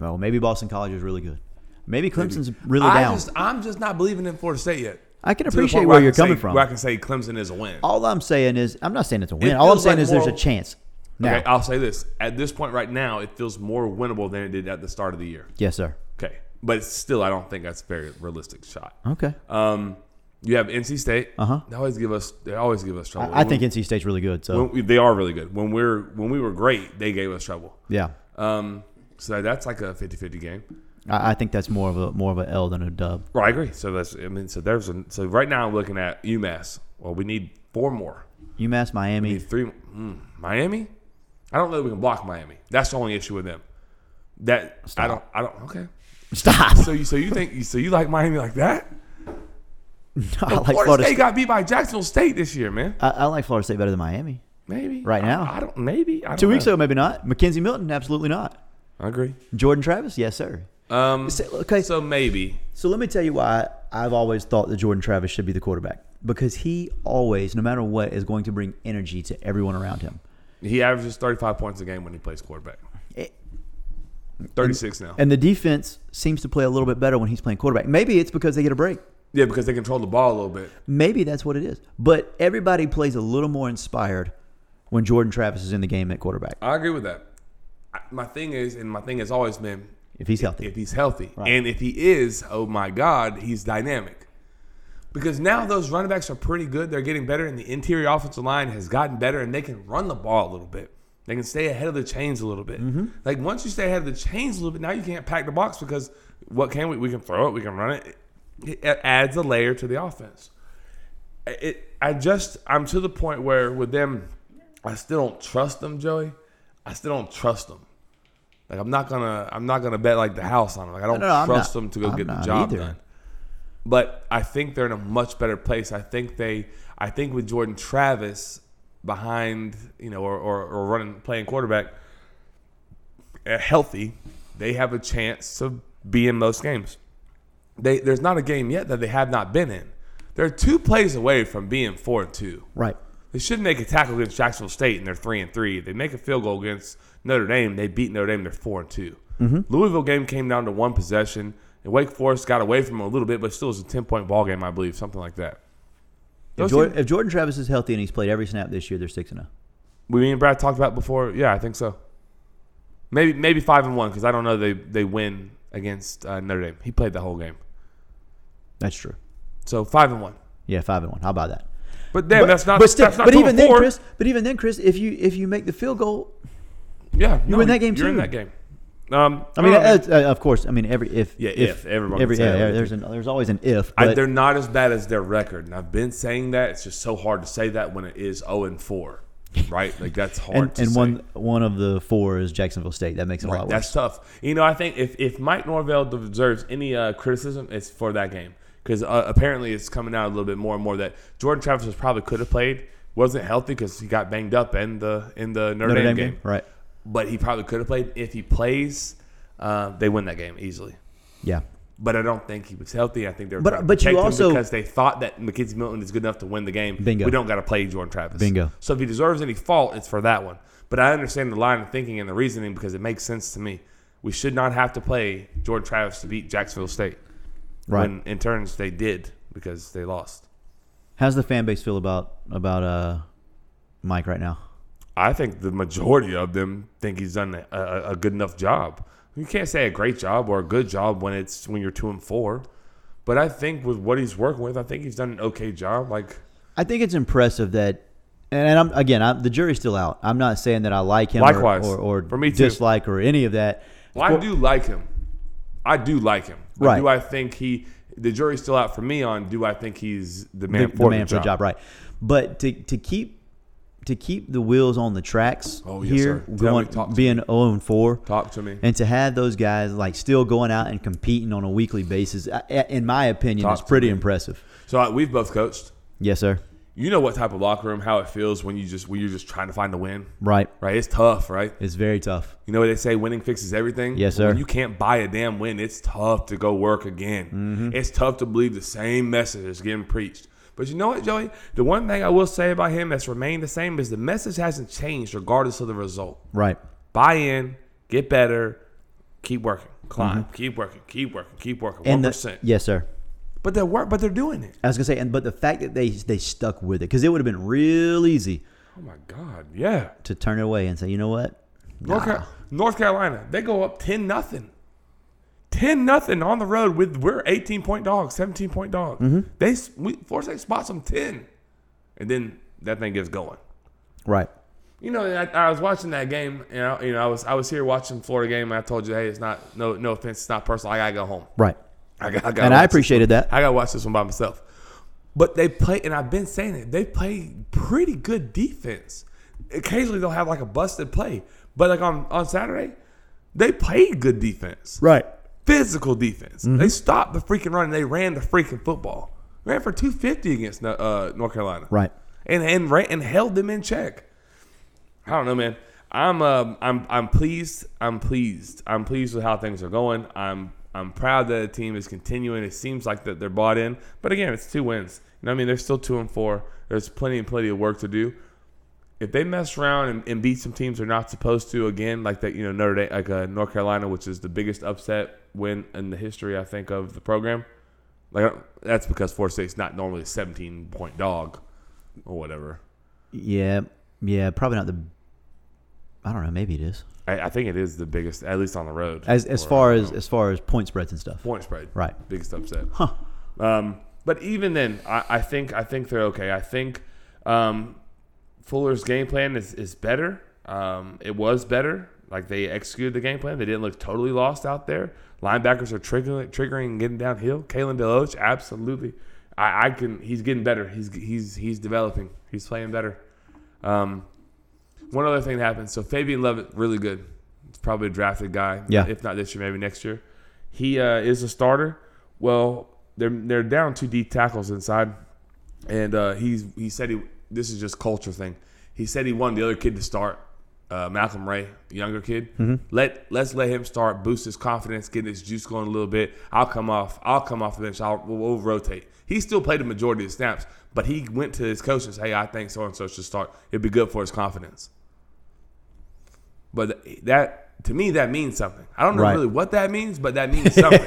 S3: Well, maybe Boston College is really good. Maybe Clemson's really
S4: I
S3: down.
S4: Just, I'm just not believing in Florida State yet.
S3: I can
S4: To the
S3: appreciate
S4: point
S3: where,
S4: I
S3: you're
S4: can
S3: coming
S4: say-
S3: from.
S4: Where I can say Clemson is a win.
S3: All I'm saying is, I'm not saying it's a
S4: It
S3: win. All I'm
S4: feels
S3: saying
S4: like
S3: is there's a
S4: more-
S3: chance. Now,
S4: Okay, I'll say this. At this point right now, it feels more winnable than it did at the start of the year.
S3: yes, sir.
S4: Okay. But it's still, I don't think that's a very realistic shot.
S3: Okay.
S4: Um, you have NC State.
S3: Uh-huh.
S4: They always give us. They always give us trouble.
S3: I, I
S4: When-
S3: think NC State's really good. So,
S4: when we- they are really good. When we're when we were great, they gave us trouble.
S3: yeah,
S4: Um, so that's like a 50-50 game.
S3: I, I think that's more of a more of a L than a dub.
S4: Well, I agree. So that's. I mean, so there's. A, so right now I'm looking at UMass. Well, we need four more.
S3: UMass,
S4: We
S3: Miami.
S4: need three. Mm, Miami. I don't know that we can block Miami. That's the only issue with them. That I don't. I don't. Okay.
S3: Stop.
S4: So you so you think so you like Miami like that?
S3: I like
S4: Florida,
S3: Florida.
S4: State
S3: State.
S4: got beat by Jacksonville State this year, man.
S3: I, I like Florida State better than Miami.
S4: Maybe
S3: Right
S4: I-
S3: now.
S4: I, don't. Maybe I don't
S3: Two weeks
S4: know.
S3: ago, maybe not. Mackenzie Milton, absolutely not.
S4: I agree.
S3: Jordan Travis, yes, sir.
S4: Um,
S3: Say- Okay,
S4: so maybe
S3: So let me tell you why I've always thought that Jordan Travis should be the quarterback because he always, no matter what, is going to bring energy to everyone around him.
S4: he averages 35 points a game when he plays quarterback.
S3: It-
S4: 36 now.
S3: And the defense seems to play a little bit better when he's playing quarterback. Maybe it's because they get a break.
S4: yeah, because they control the ball a little bit.
S3: Maybe that's what it is. But everybody plays a little more inspired when Jordan Travis is in the game at quarterback
S4: I agree with that. I, my thing is, and my thing has always been,
S3: if he's healthy.
S4: if he's healthy, and if he is, oh my God, he's dynamic. Because now those running backs are pretty good. They're getting better, and the interior offensive line has gotten better, and they can run the ball a little bit. They can stay ahead of the chains a little bit. Like once you stay ahead of the chains a little bit, now you can't pack the box because what can we? We can throw it. We can run it. It adds a layer to the offense. It. I just. I'm to the point where with them, I still don't trust them, Joey. I still don't trust them. Like I'm not gonna. I'm not gonna bet like the house on them. Like I don't
S3: No, no, I'm
S4: trust
S3: not-
S4: them to go
S3: I'm
S4: get the
S3: not
S4: job
S3: either.
S4: done but I think they're in a much better place. I think they, I think with Jordan Travis behind, you know, or, or, or running playing quarterback, uh, healthy, they have a chance to be in most games. They there's not a game yet that they have not been in. They're two plays away from being four and two.
S3: Right.
S4: They should make a tackle against Jacksonville State, and they're three and three. They make a field goal against Notre Dame. They beat Notre Dame. They're four and 2
S3: Mm-hmm.
S4: Louisville game came down to one possession, and Wake Forest got away from them a little bit, but still was a ten point ball game, I believe, something like that.
S3: If
S4: Those
S3: Jordan,
S4: teams-
S3: if Jordan Travis is healthy and he's played every snap this year, they're oh. 6 0.
S4: we me and Brad talked about it before. Yeah, I think so. Maybe maybe five and one because I don't know they they win against uh, Notre Dame. He played the whole game,
S3: That's true.
S4: so five and one.
S3: Yeah, 5 and 1. How about that?
S4: But damn, that's not
S3: but still,
S4: that's not
S3: but
S4: two
S3: even
S4: and
S3: then,
S4: four.
S3: Chris. But even then, Chris, if you if you make the field goal,
S4: yeah, you
S3: were in that game
S4: You're in
S3: too.
S4: that game. Um,
S3: I mean,
S4: don't know.
S3: uh, uh, of course. I mean, every if
S4: Yeah, if, everyone
S3: every
S4: can say
S3: yeah,
S4: that.
S3: there's an, there's always an if.
S4: I,
S3: but-
S4: they're not as bad as their record, and I've been saying that. It's just so hard to say that when it is zero and four, right? Like that's hard.
S3: and
S4: to
S3: and
S4: say.
S3: one one of the four is Jacksonville State. That makes it a
S4: Right,
S3: lot worse.
S4: that's tough. You know, I think if if Mike Norvell deserves any uh, criticism, it's for that game because uh, apparently it's coming out a little bit more and more that Jordan Travis was probably could have played, wasn't healthy because he got banged up in the in the Notre, Dame, game,
S3: right?
S4: but he probably could have played. If he plays, uh, they win that game easily.
S3: Yeah,
S4: But I don't think he was healthy. I think they were
S3: But-
S4: trying to
S3: but you
S4: protect him
S3: also-
S4: because they thought that McKenzie Milton is good enough to win the game.
S3: Bingo.
S4: We don't got to play Jordan Travis.
S3: Bingo.
S4: So if he deserves any fault, it's for that one. But I understand the line of thinking and the reasoning because it makes sense to me. We should not have to play Jordan Travis to beat Jacksonville State.
S3: right.
S4: When in turns they did because they lost.
S3: How's the fan base feel about about uh Mike right now?
S4: I think the majority of them think he's done a, a, a good enough job. You can't say a great job or a good job when it's when you're two and four. But I think with what he's working with, I think he's done an okay job. Like
S3: I think it's impressive that, and I'm again, I'm, the jury's still out. I'm not saying that I like him, or-
S4: Likewise.
S3: or or,
S4: For me too.
S3: dislike or any of that.
S4: Well, I do like him. I do like him. But
S3: Right.
S4: Do I think he the jury's still out for me on do I think he's the
S3: the,
S4: man,
S3: the
S4: for,
S3: man
S4: the
S3: for the job, right? But to to keep to keep the wheels on the tracks
S4: Oh, yes,
S3: here,
S4: sir. Tell me,
S3: going
S4: talk to
S3: being zero and four,
S4: Talk to me.
S3: and to have those guys like still going out and competing on a weekly basis, I- I- in my opinion,
S4: Talk
S3: is
S4: to
S3: pretty
S4: me.
S3: impressive.
S4: So uh, we've both coached.
S3: Yes, sir.
S4: You know what type of locker room, how it feels when you just when you're just trying to find a win,
S3: Right,
S4: right? It's tough, right?
S3: it's very tough.
S4: You know what they say, winning fixes everything.
S3: Yes,
S4: But When
S3: sir.
S4: you can't buy a damn win, it's tough to go work again.
S3: Mm-hmm.
S4: It's tough to believe the same message is getting preached. But you know what, Joey? The one thing I will say about him that's remained the same is the message hasn't changed regardless of the result.
S3: Right.
S4: Buy in, get better, keep working, climb, keep working, keep working, keep working. One
S3: And the-
S4: percent.
S3: yes, sir.
S4: But they're work, but they're doing it.
S3: I was gonna say, and but the fact that they they stuck with it because it would have been real easy
S4: Oh my God! Yeah,
S3: to turn it away and say, you know what,
S4: North, Car- North Carolina, they go up ten nothing, ten nothing on the road with we're eighteen point dogs, seventeen point dogs. They s- we, Florida State spots them ten, and then that thing gets going.
S3: right,
S4: You know, I, I was watching that game, and I, you know, I was I was here watching Florida game, and I told you, hey, it's not no no offense, it's not personal. I gotta go home.
S3: right,
S4: I got, I gotta
S3: and I
S4: watch this.
S3: appreciated that.
S4: I gotta watch this one by myself. But they play, and I've been saying it. They play pretty good defense. Occasionally they'll have like a busted play, but like on on Saturday, they played good defense,
S3: Right.
S4: physical defense. They stopped the freaking run. and They ran the freaking football. Ran for two fifty against uh, North Carolina,
S3: Right.
S4: And and ran, and held them in check. I don't know, man. I'm um I'm I'm pleased. I'm pleased. I'm pleased with how things are going. I'm I'm proud that the team is continuing. It seems like that they're bought in. But again, it's two wins. You know, what I mean, they're still two and four. There's plenty and plenty of work to do. If they mess around and, and beat some teams they're not supposed to again, like that, you know, Notre Dame, like uh, North Carolina, which is the biggest upset win in the history, I think, of the program. Like that's because Florida State's not normally a 17 point dog or whatever.
S3: Yeah, yeah, probably not the. I don't know. Maybe it is.
S4: I, I think it is the biggest, at least on the road.
S3: As as
S4: Or,
S3: far
S4: you
S3: as
S4: know,
S3: as far as point spreads and stuff.
S4: point spread,
S3: Right.
S4: biggest upset.
S3: Huh.
S4: Um, but even then, I, I think I think they're okay. I think um, Fuller's game plan is is better. Um, it was better. Like they executed the game plan. They didn't look totally lost out there. Linebackers are triggering, triggering and getting downhill. Kalen Deloach, absolutely. I, I can. He's getting better. He's he's he's developing. He's playing better. Um, one other thing that happened. So Fabian Levitt, really good. It's probably a drafted guy.
S3: Yeah.
S4: If not this year, maybe next year. He uh, is a starter. Well, they're they're down two deep tackles inside, and uh, he's he said he this is just culture thing. He said he wanted the other kid to start, uh, Malcolm Ray, younger kid.
S3: Mm-hmm.
S4: Let let's let him start, boost his confidence, get his juice going a little bit. I'll come off. I'll come off the bench. I'll we'll, we'll rotate. He still played the majority of the snaps, but he went to his coach and said, "Hey, I think so and so should start. It'd be good for his confidence." But th- that to me that means something. I don't know
S3: Right.
S4: really what that means, but that means something.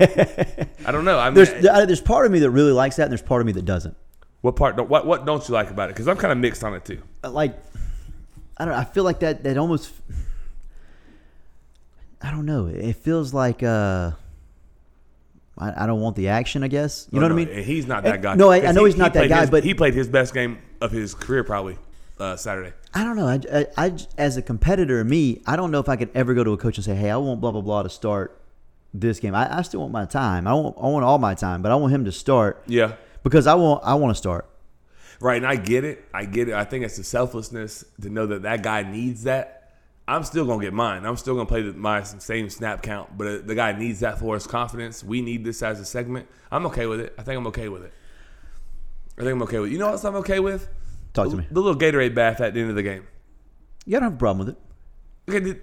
S4: I don't know. I mean,
S3: There's I- there's part of me that really likes that, and there's part of me that doesn't.
S4: what part? Don't, what what don't you like about it? Because I'm kind of mixed on it too.
S3: Like, I don't. I feel like that. That almost. I don't know. It feels like. uh I, I don't want the action. I guess you know
S4: No,
S3: what I
S4: Oh, no,
S3: mean.
S4: and He's not
S3: And-
S4: that guy.
S3: No, I, I
S4: 'Cause
S3: know
S4: he-
S3: he's not
S4: he
S3: that
S4: played
S3: guy,
S4: his-
S3: but
S4: he played his best game of his career probably uh, Saturday.
S3: I don't know. I, I, I- as a competitor, me, I don't know if I could ever go to a coach and say, "Hey, I want blah blah blah to start this game." I, I still want my time. I want I want all my time, but I want him to start
S4: Yeah,
S3: because I want I want to start.
S4: right. And I get it. I get it. I think it's the selflessness to know that that guy needs that. I'm still gonna get mine. I'm still gonna play the, my same snap count, but uh, the guy needs that for his confidence. We need this as a segment. I'm okay with it. I think I'm okay with it. I think I'm okay with it. You know what else I'm okay with?
S3: Talk to me.
S4: The little Gatorade bath at the end of the game.
S3: You gotta have a problem with it.
S4: Okay, did,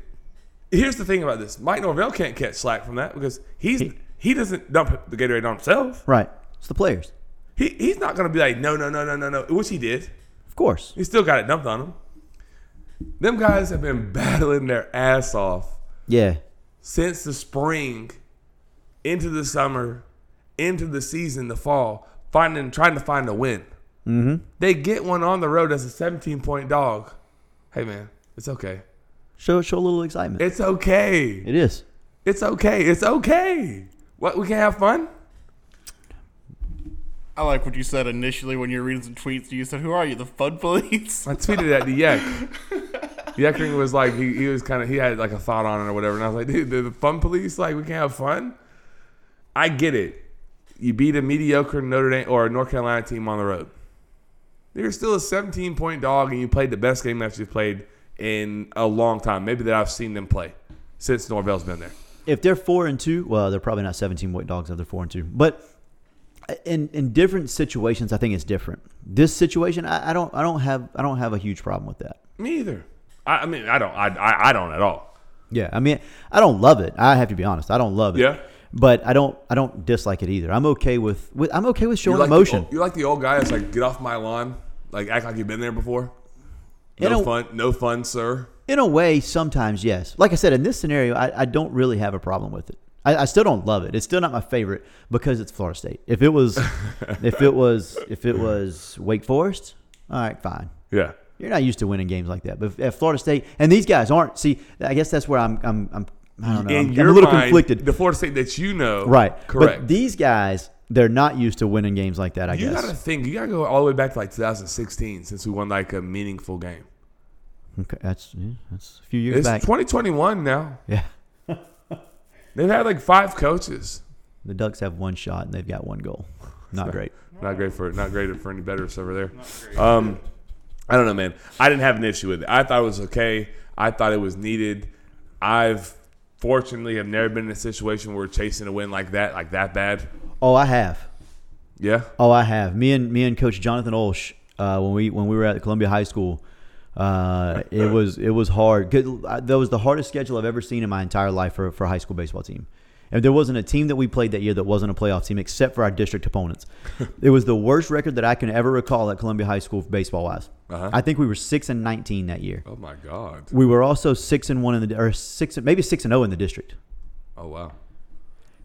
S4: here's the thing about this. Mike Norvell can't catch slack from that because he's he,
S3: He-
S4: doesn't dump the Gatorade on himself.
S3: Right. It's the players,
S4: He, he's not gonna be like no no no no no no, which he did.
S3: of course.
S4: He still got it dumped on him. Them guys have been battling their ass off
S3: Yeah.
S4: since the spring, into the summer, into the season, the fall, finding trying to find a win. Mm-hmm. They get one on the road as a 17 point dog. Hey man, it's okay.
S3: Show show a little excitement.
S4: It's okay.
S3: it is.
S4: It's okay. It's okay. What we can have fun.
S2: I like what you said initially when you were reading some tweets. You said, "Who are you, the Fud Police?"
S4: I tweeted at the Yak. Yekring was like he, he was kind of he had like a thought on it or whatever, and I was like, dude, they're the fun police. Like we can have fun. I get it. You beat a mediocre Notre Dame or a North Carolina team on the road. You're still a 17 point dog, and you played the best game that you've played in a long time, maybe that I've seen them play since Norvell's been there.
S3: if they're four and two, well, they're probably not seventeen white dogs if they're four and two. But in in different situations, I think it's different. This situation, I, I don't, I don't have, I don't have a huge problem with that.
S4: Me either. I, I mean, I don't. I, I I don't at all.
S3: Yeah, I mean, I don't love it. I have to be honest, I don't love it.
S4: Yeah.
S3: but I don't, I don't dislike it either. I'm okay with, with I'm okay with showing
S4: like
S3: emotion.
S4: The, old- you're like the old guy that's like, get off my lawn, like act like you've been there before.
S3: You
S4: No
S3: know-
S4: fun, no fun, sir.
S3: In a way, sometimes yes. Like I said, in this scenario, I, I don't really have a problem with it. I, I still don't love it. It's still not my favorite because it's Florida State. If it was, if it was, if it was Wake Forest, all right, fine.
S4: Yeah.
S3: You're not used to winning games like that. But if- at Florida State, and these guys aren't. See, I guess that's where I'm. I'm. I'm I don't know.
S4: In
S3: I'm, I'm
S4: your
S3: a little
S4: mind,
S3: conflicted.
S4: The Florida State that you know,
S3: right.
S4: Correct.
S3: But these guys, they're not used to winning games like that. I
S4: you
S3: guess.
S4: gotta think. You gotta go all the way back to like 2016 since we won like a meaningful game.
S3: okay, that's yeah, that's a few years
S4: It's
S3: back.
S4: 2021 now.
S3: yeah.
S4: They've had like five coaches.
S3: The Ducks have one shot and they've got one goal. Not great.
S4: Not great for not great for any better over there. Um, I don't know, man. I didn't have an issue with it. I thought it was okay. I thought it was needed. I've fortunately have never been in a situation where we're chasing a win like that, like that bad.
S3: Oh, I have.
S4: Yeah,
S3: Oh, I have. Me and me and Coach Jonathan Olsch, uh, when we when we were at Columbia High School, uh, it was it was hard. Good, I- that was the hardest schedule I've ever seen in my entire life for for a high school baseball team. And there wasn't a team that we played that year that wasn't a playoff team, except for our district opponents. it was the worst record that I can ever recall at Columbia High School baseball wise.
S4: Uh-huh.
S3: I think we were six and nineteen that year.
S4: Oh my god.
S3: We were also six and one in the or six maybe six and zero in the district.
S4: Oh wow.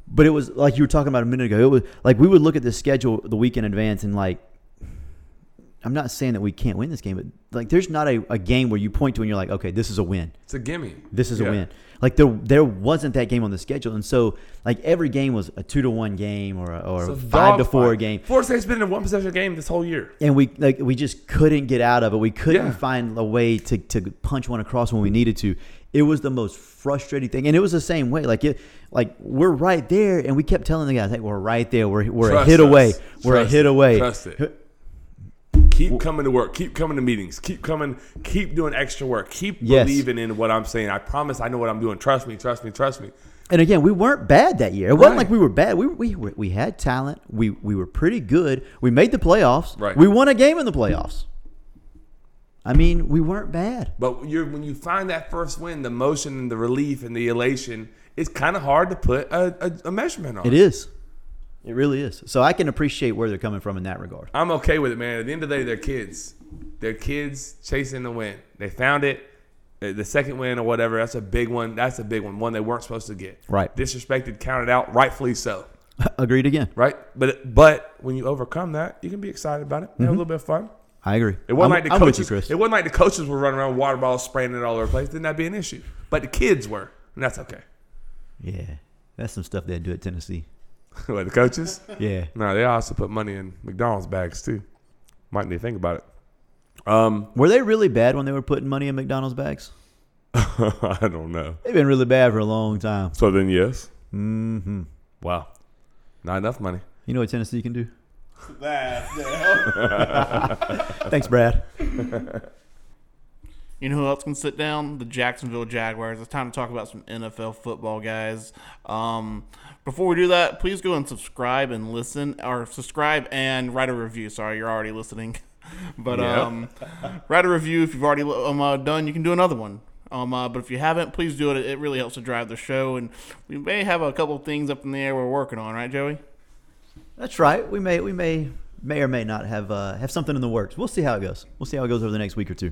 S3: But it was like you were talking about a minute ago. It was like we would look at the schedule the week in advance and like I'm not saying that we can't win this game, but like there's not a, a game where you point to and you're like, okay, this is a win.
S4: It's a gimme.
S3: This is
S4: Yeah.
S3: a win. Like there there wasn't that game on the schedule. And so like every game was a two to one game or a, or
S4: It's
S3: a
S4: a
S3: five to
S4: dogfight.
S3: four game.
S4: Florida State's been in a one possession game this whole year.
S3: And we like we just couldn't get out of it. We couldn't
S4: Yeah.
S3: find a way to, to punch one across when we needed to. It was the most frustrating thing, and it was the same way. Like it, like we're right there, and we kept telling the guys, "Like we're right there. We're we're
S4: Trust
S3: a hit
S4: us.
S3: away. We're
S4: Trust
S3: a hit
S4: it.
S3: away."
S4: Trust it. Keep coming to work. Keep coming to meetings. Keep coming. Keep doing extra work. Keep
S3: Yes.
S4: believing in what I'm saying. I promise. I know what I'm doing. Trust me. Trust me. Trust me.
S3: And again, we weren't bad that year. It wasn't
S4: Right.
S3: like we were bad. We, we were- we had talent. We we were pretty good. We made the playoffs.
S4: Right.
S3: We won a game in the playoffs. I mean, we weren't bad.
S4: But you're when you find that first win, the motion and the relief and the elation, it's kind of hard to put a, a, a measurement on.
S3: It is. It really is. So I can appreciate where they're coming from in that regard.
S4: I'm okay with it, man. At the end of the day, they're kids. They're kids chasing the win. They found it. Uh, The the second win or whatever, that's a big one. That's a big one. One they weren't supposed to get.
S3: Right.
S4: Disrespected, counted out, rightfully so.
S3: Agreed again.
S4: Right? But but when you overcome that, you can be excited about it. Have a little bit of fun.
S3: I agree.
S4: It
S3: Mm-hmm.
S4: wasn't
S3: I'm,
S4: like the
S3: I'm
S4: coaches.
S3: with you, Chris.
S4: It wasn't like the coaches were running around with water bottles spraying it all over the place. Then that'd be an issue. But the kids were, and that's okay.
S3: yeah, that's some stuff they do at Tennessee.
S4: Like the coaches?
S3: Yeah,
S4: No, they also put money in McDonald's bags too. Might need to think about it. Um,
S3: were they really bad when they were putting money in McDonald's bags?
S4: I don't know.
S3: They've been really bad for a long time.
S4: So then, yes.
S3: hmm
S4: Mm-hmm. Wow, not enough money.
S3: You know what Tennessee can do?
S2: That the hell?
S3: Thanks, Brad.
S2: You know who else can sit down? The Jacksonville Jaguars. It's time to talk about some NFL football, guys. Um, before we do that, please go and subscribe and listen, or subscribe and write a review. Sorry, you're already listening, but
S4: Yeah.
S2: um, write a review if you've already um, uh, done. You can do another one. Um, uh, but if you haven't, please do it. It really helps to drive the show, and we may have a couple things up in the air we're working on, right, Joey?
S3: That's right. We may, we may, may or may not have uh, have something in the works. We'll see how it goes. We'll see how it goes over the next week or two.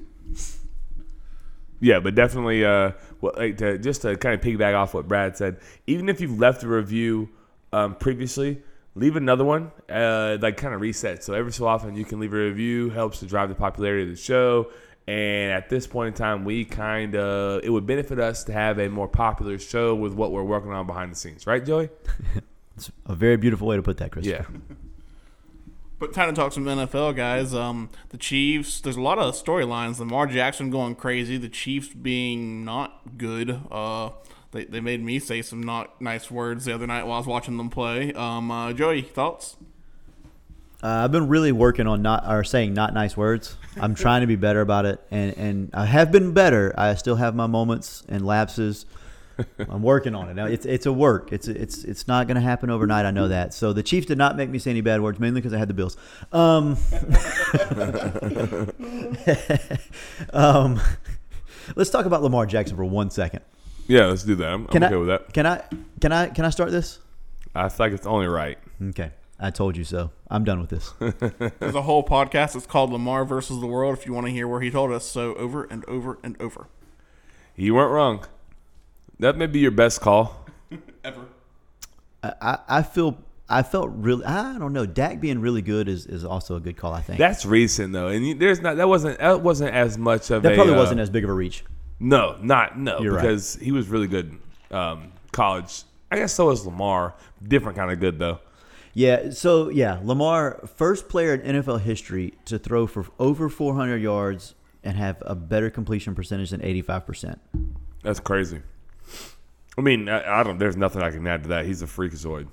S4: Yeah, but definitely, uh, well, like to, just to kind of piggyback off what Brad said, even if you've left a review um, previously, leave another one, uh, like kind of reset. So every so often, you can leave a review, helps to drive the popularity of the show. And at this point in time, we kind of, it would benefit us to have a more popular show with what we're working on behind the scenes, right, Joey?
S3: It's a very beautiful way to put that, Chris.
S4: Yeah.
S2: But time to talk some NFL guys. Um, the Chiefs. There's a lot of storylines. Lamar Jackson going crazy. The Chiefs being not good. Uh, they, they made me say some not nice words the other night while I was watching them play. Um, uh, Joey, thoughts?
S3: Uh, I've been really working on not or saying not nice words. I'm trying to be better about it, and and I have been better. I still have my moments and lapses. I'm working on it. Now, It's it's a work. It's it's it's not going to happen overnight. I know that. So the Chiefs did not make me say any bad words, mainly because I had the Bills. Um, um, let's talk about Lamar Jackson for one second.
S4: Yeah, let's do that. I'm, I'm
S3: Can
S4: okay
S3: I
S4: with that.
S3: Can I can I can I start this?
S4: I feel like it's only right.
S3: Okay, I told you so. I'm done with this.
S2: There's a whole podcast. It's called Lamar versus the World. If you want to hear where he told us so over and over and over.
S4: You weren't wrong. That may be your best call.
S2: Ever.
S3: I, I feel I felt really I don't know Dak being really good is, is also a good call I think
S4: That's recent though, and you, there's not that wasn't that wasn't as much of
S3: that
S4: a
S3: probably
S4: uh,
S3: wasn't as big of a reach.
S4: No, not no,
S3: You're right.
S4: because he was really good um, college. I guess so is Lamar. Different kind of good though.
S3: Yeah, so yeah, Lamar first player in NFL history to throw for over 400 yards and have a better completion percentage than 85%.
S4: That's crazy. I mean, I, I don't. There's nothing I can add to that. He's a freakazoid.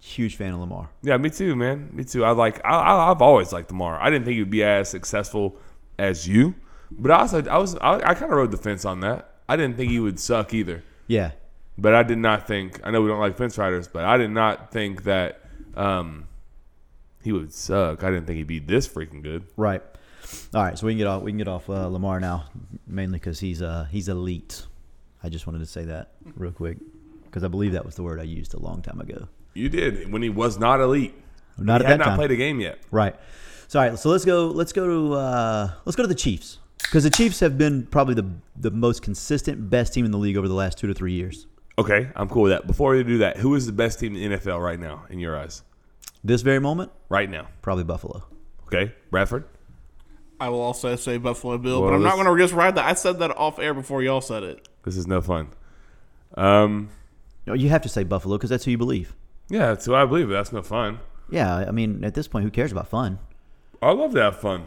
S3: Huge fan of Lamar.
S4: Yeah, me too, man. Me too. I like. I, I I've always liked Lamar. I didn't think he'd be as successful as you, but I also I was I, I kind of rode the fence on that. I didn't think he would suck either.
S3: Yeah.
S4: But I did not think. I know we don't like fence riders, but I did not think that um, he would suck. I didn't think he'd be this freaking good.
S3: Right. All right, so we can get off we can get off uh, Lamar now mainly cuz he's uh he's elite. I just wanted to say that real quick cuz I believe that was the word I used a long time ago.
S4: You did when he was not elite.
S3: Not
S4: he
S3: at
S4: had
S3: that
S4: not
S3: time.
S4: played a game yet.
S3: Right. So all right, so let's go. Let's go to uh, let's go to the Chiefs because the Chiefs have been probably the the most consistent best team in the league over the last two to three years.
S4: Okay, I'm cool with that. Before we do that, who is the best team in the NFL right now in your eyes?
S3: This very moment,
S4: Right now,
S3: probably Buffalo.
S4: okay, Bradford.
S2: I will also say Buffalo Bill,
S4: Well,
S2: but I'm not
S4: this-
S2: going to just ride that. I said that off air before y'all said it.
S4: This is no fun. Um,
S3: No, you have to say Buffalo because that's who you believe.
S4: yeah, that's who I believe. That's no fun.
S3: Yeah, I mean, at this point, who cares about fun?
S4: I love to have fun.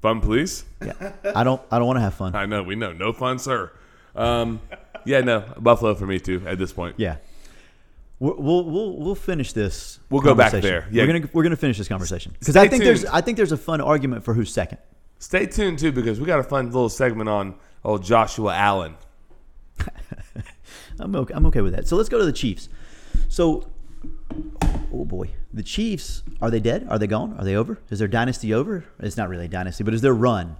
S4: Fun, please.
S3: Yeah, I don't. I don't want to have fun.
S4: I know we know no fun, sir. Um, yeah, no Buffalo for me too. At this point,
S3: Yeah, We're- we'll we'll we'll finish this.
S4: We'll go back
S3: conversation.
S4: there. Yeah.
S3: we're gonna we're gonna finish this conversation because I
S4: Stay
S3: think there's
S4: tuned.
S3: I think there's a fun argument for who's second.
S4: Stay tuned too because we got a fun little segment on old Joshua Allen.
S3: I'm okay, I'm okay with that. So let's go to the Chiefs. So, oh boy, the Chiefs are they dead? Are they gone? Are they over? Is their dynasty over? It's not really a dynasty, but is their run,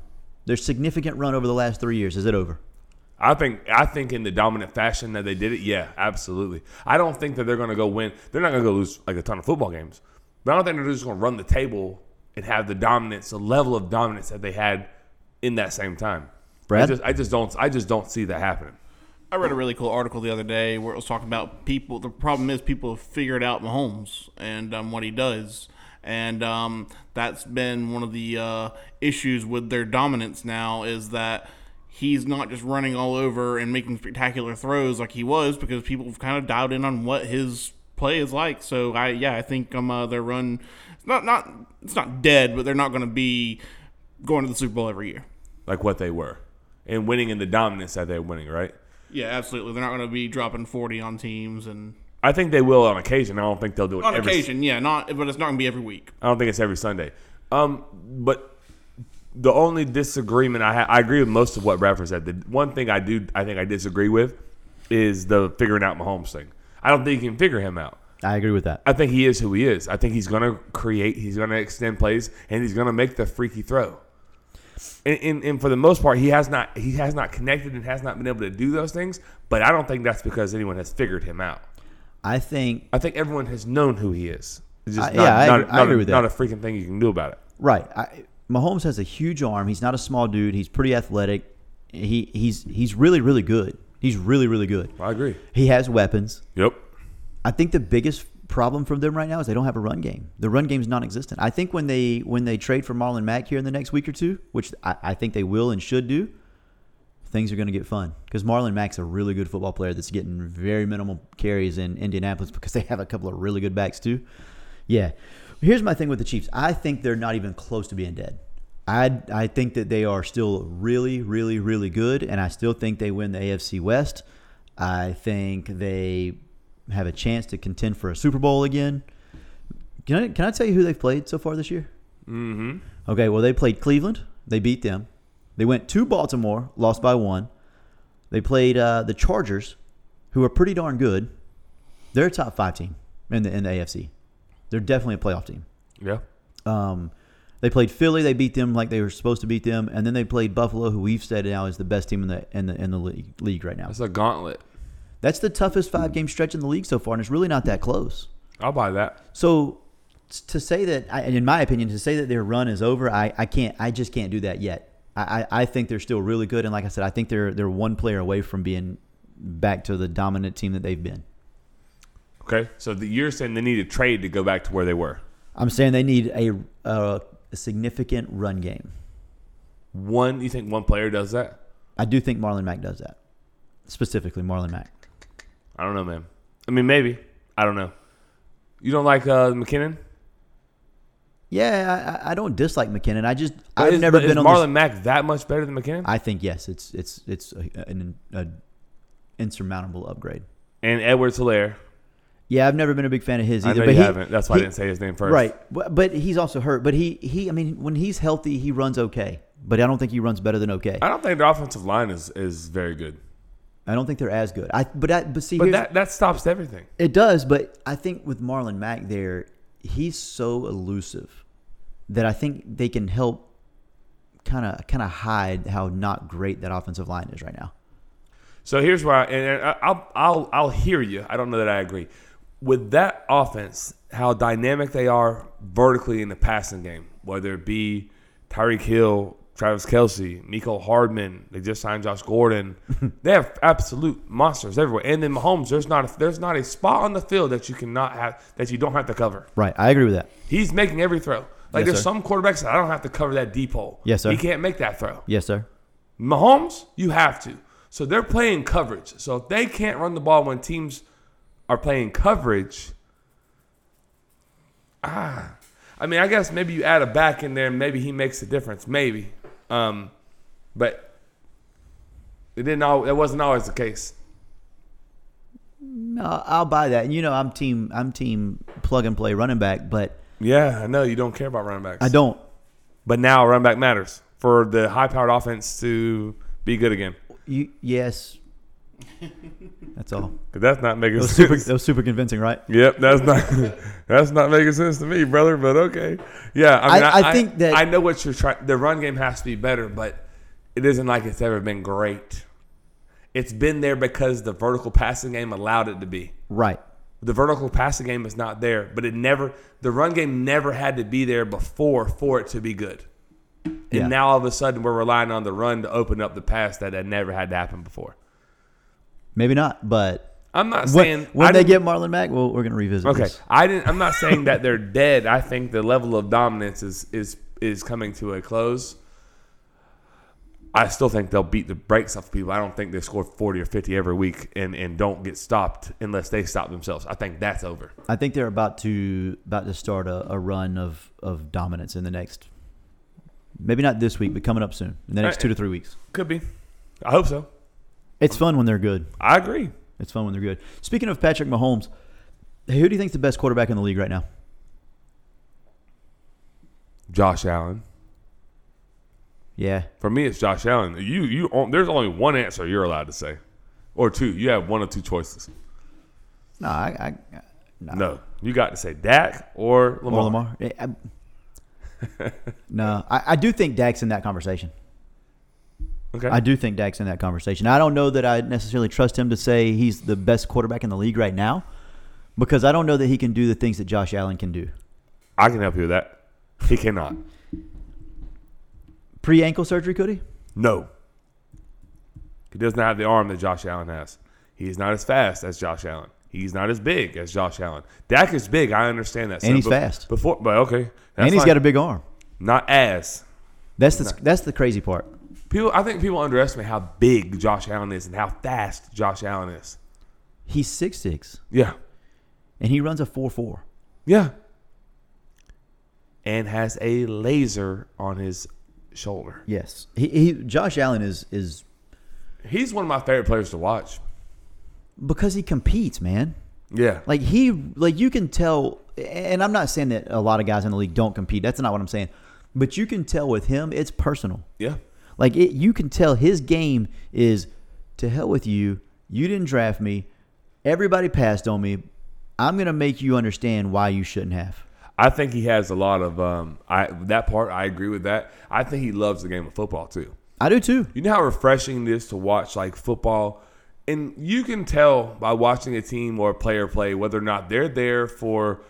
S3: their significant run over the last three years, is it over?
S4: I think I think in the dominant fashion that they did it, yeah, absolutely. I don't think that they're going to go win. They're not going to go lose like a ton of football games, but I don't think they're just going to run the table and have the dominance, the level of dominance that they had in that same time. I
S3: Brad?
S4: just, I just don't, I just don't see that happening.
S2: I read a really cool article the other day where it was talking about people. The problem is people have figured out Mahomes and um, what he does, and um, that's been one of the uh, issues with their dominance now is that he's not just running all over and making spectacular throws like he was because people have kind of dialed in on what his play is like. So I yeah, I think um uh, their run it's not not it's not dead, but they're not going to be going to the Super Bowl every year.
S4: Like what they were and winning in the dominance that they're winning, right?
S2: Yeah, absolutely. They're not going to be dropping forty on teams and.
S4: I think they will on occasion. I don't think they'll do it
S2: On
S4: every
S2: occasion, yeah, not but it's not gonna be every week.
S4: I don't think it's every Sunday. Um, but the only disagreement I ha- I agree with most of what Bradford said. The one thing I do I think I disagree with is the figuring out Mahomes thing. I don't think you can figure him out.
S3: I agree with that.
S4: I think he is who he is. I think he's going to create, he's going to extend plays, and he's going to make the freaky throw. And, and, and for the most part, he has not he has not connected and has not been able to do those things. But I don't think that's because anyone has figured him out.
S3: I think
S4: I think everyone has known who he is. It's just
S3: I-
S4: not,
S3: Uh, yeah, I
S4: not,
S3: agree- I
S4: not a-
S3: agree with that.
S4: Not a freaking thing you can do about it.
S3: Right. I, Mahomes has a huge arm. He's not a small dude. He's pretty athletic. He he's he's really really good. He's really really good.
S4: I agree.
S3: He has weapons.
S4: Yep.
S3: I think the biggest problem from them right now is they don't have a run game. The run game's non-existent. I think when they when they trade for Marlon Mack here in the next week or two, which I, I think they will and should do, things are going to get fun because Marlon Mack's a really good football player that's getting very minimal carries in Indianapolis because they have a couple of really good backs too. Yeah, here's my thing with the Chiefs. I think they're not even close to being dead. I I think that they are still really really really good, and I still think they win the AFC West. I think they have a chance to contend for a Super Bowl again. Can I can I tell you who they've played so far this year? Mm-hmm. Okay, well they played Cleveland. They beat them. They went to Baltimore, lost by one. They played uh, the Chargers, who are pretty darn good. They're a top five team in the in the AFC. They're definitely a playoff team.
S4: Yeah.
S3: Um, they played Philly. They beat them like they were supposed to beat them, and then they played Buffalo, who we've said now is the best team in the in the in the league, league right now.
S4: That's a gauntlet.
S3: That's the toughest five game stretch in the league so far, and it's really not that close.
S4: I'll buy that.
S3: So s- to say that, I, in my opinion, to say that their run is over, I, I can't. I just can't do that yet. I, I, I think they're still really good, and like I said, I think they're they're one player away from being back to the dominant team that they've been.
S4: Okay. So the, you're saying they need a trade to go back to where they were.
S3: I'm saying they need a, a, a significant run game.
S4: One, you think one player does that?
S3: I do think Marlon Mack does that. Specifically, Marlon Mack.
S4: I don't know, man. I mean, maybe. I don't know. You don't like uh, McKinnon?
S3: Yeah, I- I, I don't dislike McKinnon. I just
S4: But
S3: I've
S4: is-
S3: never
S4: but
S3: been
S4: is
S3: on.
S4: Marlon
S3: This,
S4: Mack that much better than McKinnon?
S3: I think yes, it's it's it's a, an, a insurmountable upgrade.
S4: and Edwards Hilaire.
S3: Yeah, I've never been a big fan of his
S4: I
S3: either.
S4: know
S3: but
S4: you
S3: he-
S4: haven't. That's why
S3: he-
S4: I didn't say his name first.
S3: Right, but, but he's also hurt. But he he, I mean, when he's healthy, he runs okay. But I don't think he runs better than okay.
S4: I don't think their offensive line is, is very good.
S3: I don't think they're as good. I but I, but see,
S4: But
S3: here's-
S4: that, that stops everything.
S3: It does, but I think with Marlon Mack there, he's so elusive that I think they can help kind of kind of hide how not great that offensive line is right now.
S4: So here's where I, and I- I'll, I'll, I'll hear you. I don't know that I agree. With that offense, how dynamic they are vertically in the passing game, whether it be Tyreek Hill, Travis Kelsey, Nico Hardman, they just signed Josh Gordon. they have absolute monsters everywhere. And then Mahomes, there's not a, there's not a spot on the field that you cannot have that you don't have to cover.
S3: Right, I agree with that.
S4: He's making every throw.
S3: Yes,
S4: Like there's
S3: sir.
S4: some quarterbacks that I don't have to cover that deep hole.
S3: Yes, sir.
S4: He can't make that throw.
S3: Yes, sir.
S4: Mahomes, you have to. So they're playing coverage. So if they can't run the ball when teams are playing coverage, ah, I mean, I guess maybe you add a back in there, and maybe he makes a difference, maybe. Um, but it didn't. Al- that wasn't always the case.
S3: No, I'll buy that. And you know, I'm team I'm team plug and play running back, but
S4: Yeah, I know you don't care about running backs.
S3: I don't.
S4: But now running back matters for the high-powered offense to be good again.
S3: You yes. That's all.
S4: 'Cause that's not making
S3: That was
S4: sense.
S3: super. That was super convincing, right?
S4: Yep, that's not that's not making sense to me, brother. But okay, yeah. I, mean,
S3: I-
S4: I,
S3: I think that-
S4: I know what you're trying. The run game has to be better, but it isn't like it's ever been great. It's been there because the vertical passing game allowed it to be.
S3: Right.
S4: The vertical passing game is not there, but it never. The run game never had to be there before for it to be good. And
S3: Yeah.
S4: now all of a sudden we're relying on the run to open up the pass that had never had to happen before.
S3: Maybe not, but
S4: I'm not
S3: when,
S4: saying
S3: when
S4: I
S3: they
S4: didn't-
S3: get Marlon Mack, well, we're gonna revisit.
S4: Okay,
S3: this.
S4: I didn't. I'm not saying that they're dead. I think the level of dominance is is is coming to a close. I still think they'll beat the brakes off people. I don't think they score 40 or 50 every week and and don't get stopped unless they stop themselves. I think that's over.
S3: I think they're about to about to start a, a run of of dominance in the next, maybe not this week, but coming up soon in the next
S4: Uh,
S3: two to three weeks.
S4: Could be. I hope so.
S3: It's fun when they're good.
S4: I agree.
S3: It's fun when they're good. Speaking of Patrick Mahomes, who do you think's the best quarterback in the league right now?
S4: Josh Allen.
S3: Yeah,
S4: For me, it's Josh Allen. You you on- there's only one answer you're allowed to say, or two. You have one of two choices.
S3: no, I, I no,
S4: No, you got to say Dak or Lamar.
S3: Or Lamar. Eh, I, no, I, I do think Dak's in that conversation.
S4: Okay.
S3: I do think Dak's in that conversation. I don't know that I necessarily trust him to say he's the best quarterback in the league right now, because I don't know that he can do the things that Josh Allen can do.
S4: I can help you with that. He cannot.
S3: Pre ankle surgery, could he?
S4: No. He does not have the arm that Josh Allen has. He's not as fast as Josh Allen. He's not as big as Josh Allen. Dak is big. I understand that.
S3: And he's
S4: bef-
S3: fast.
S4: Before, but okay.
S3: and he's
S4: he's
S3: got a big arm.
S4: not as
S3: That's the that's the crazy part.
S4: people. I think people underestimate how big Josh Allen is and how fast Josh Allen is.
S3: He's six six
S4: Yeah,
S3: and he runs a four four.
S4: yeah. And has a laser on his shoulder.
S3: Yes, he, he Josh Allen is is
S4: He's one of my favorite players to watch.
S3: because he competes, man.
S4: Yeah.
S3: Like he, like you can tell, and I'm not saying that a lot of guys in the league don't compete. That's not what I'm saying, but you can tell with him, it's personal.
S4: yeah.
S3: Like it, you can tell his game is to hell with you. You didn't draft me. Everybody passed on me. I'm gonna make you understand why you shouldn't have.
S4: I think he has a lot of um I that part I agree with that. I think he loves the game of football too.
S3: I do too.
S4: You know how refreshing it is to watch like football, and you can tell by watching a team or a player play whether or not they're there for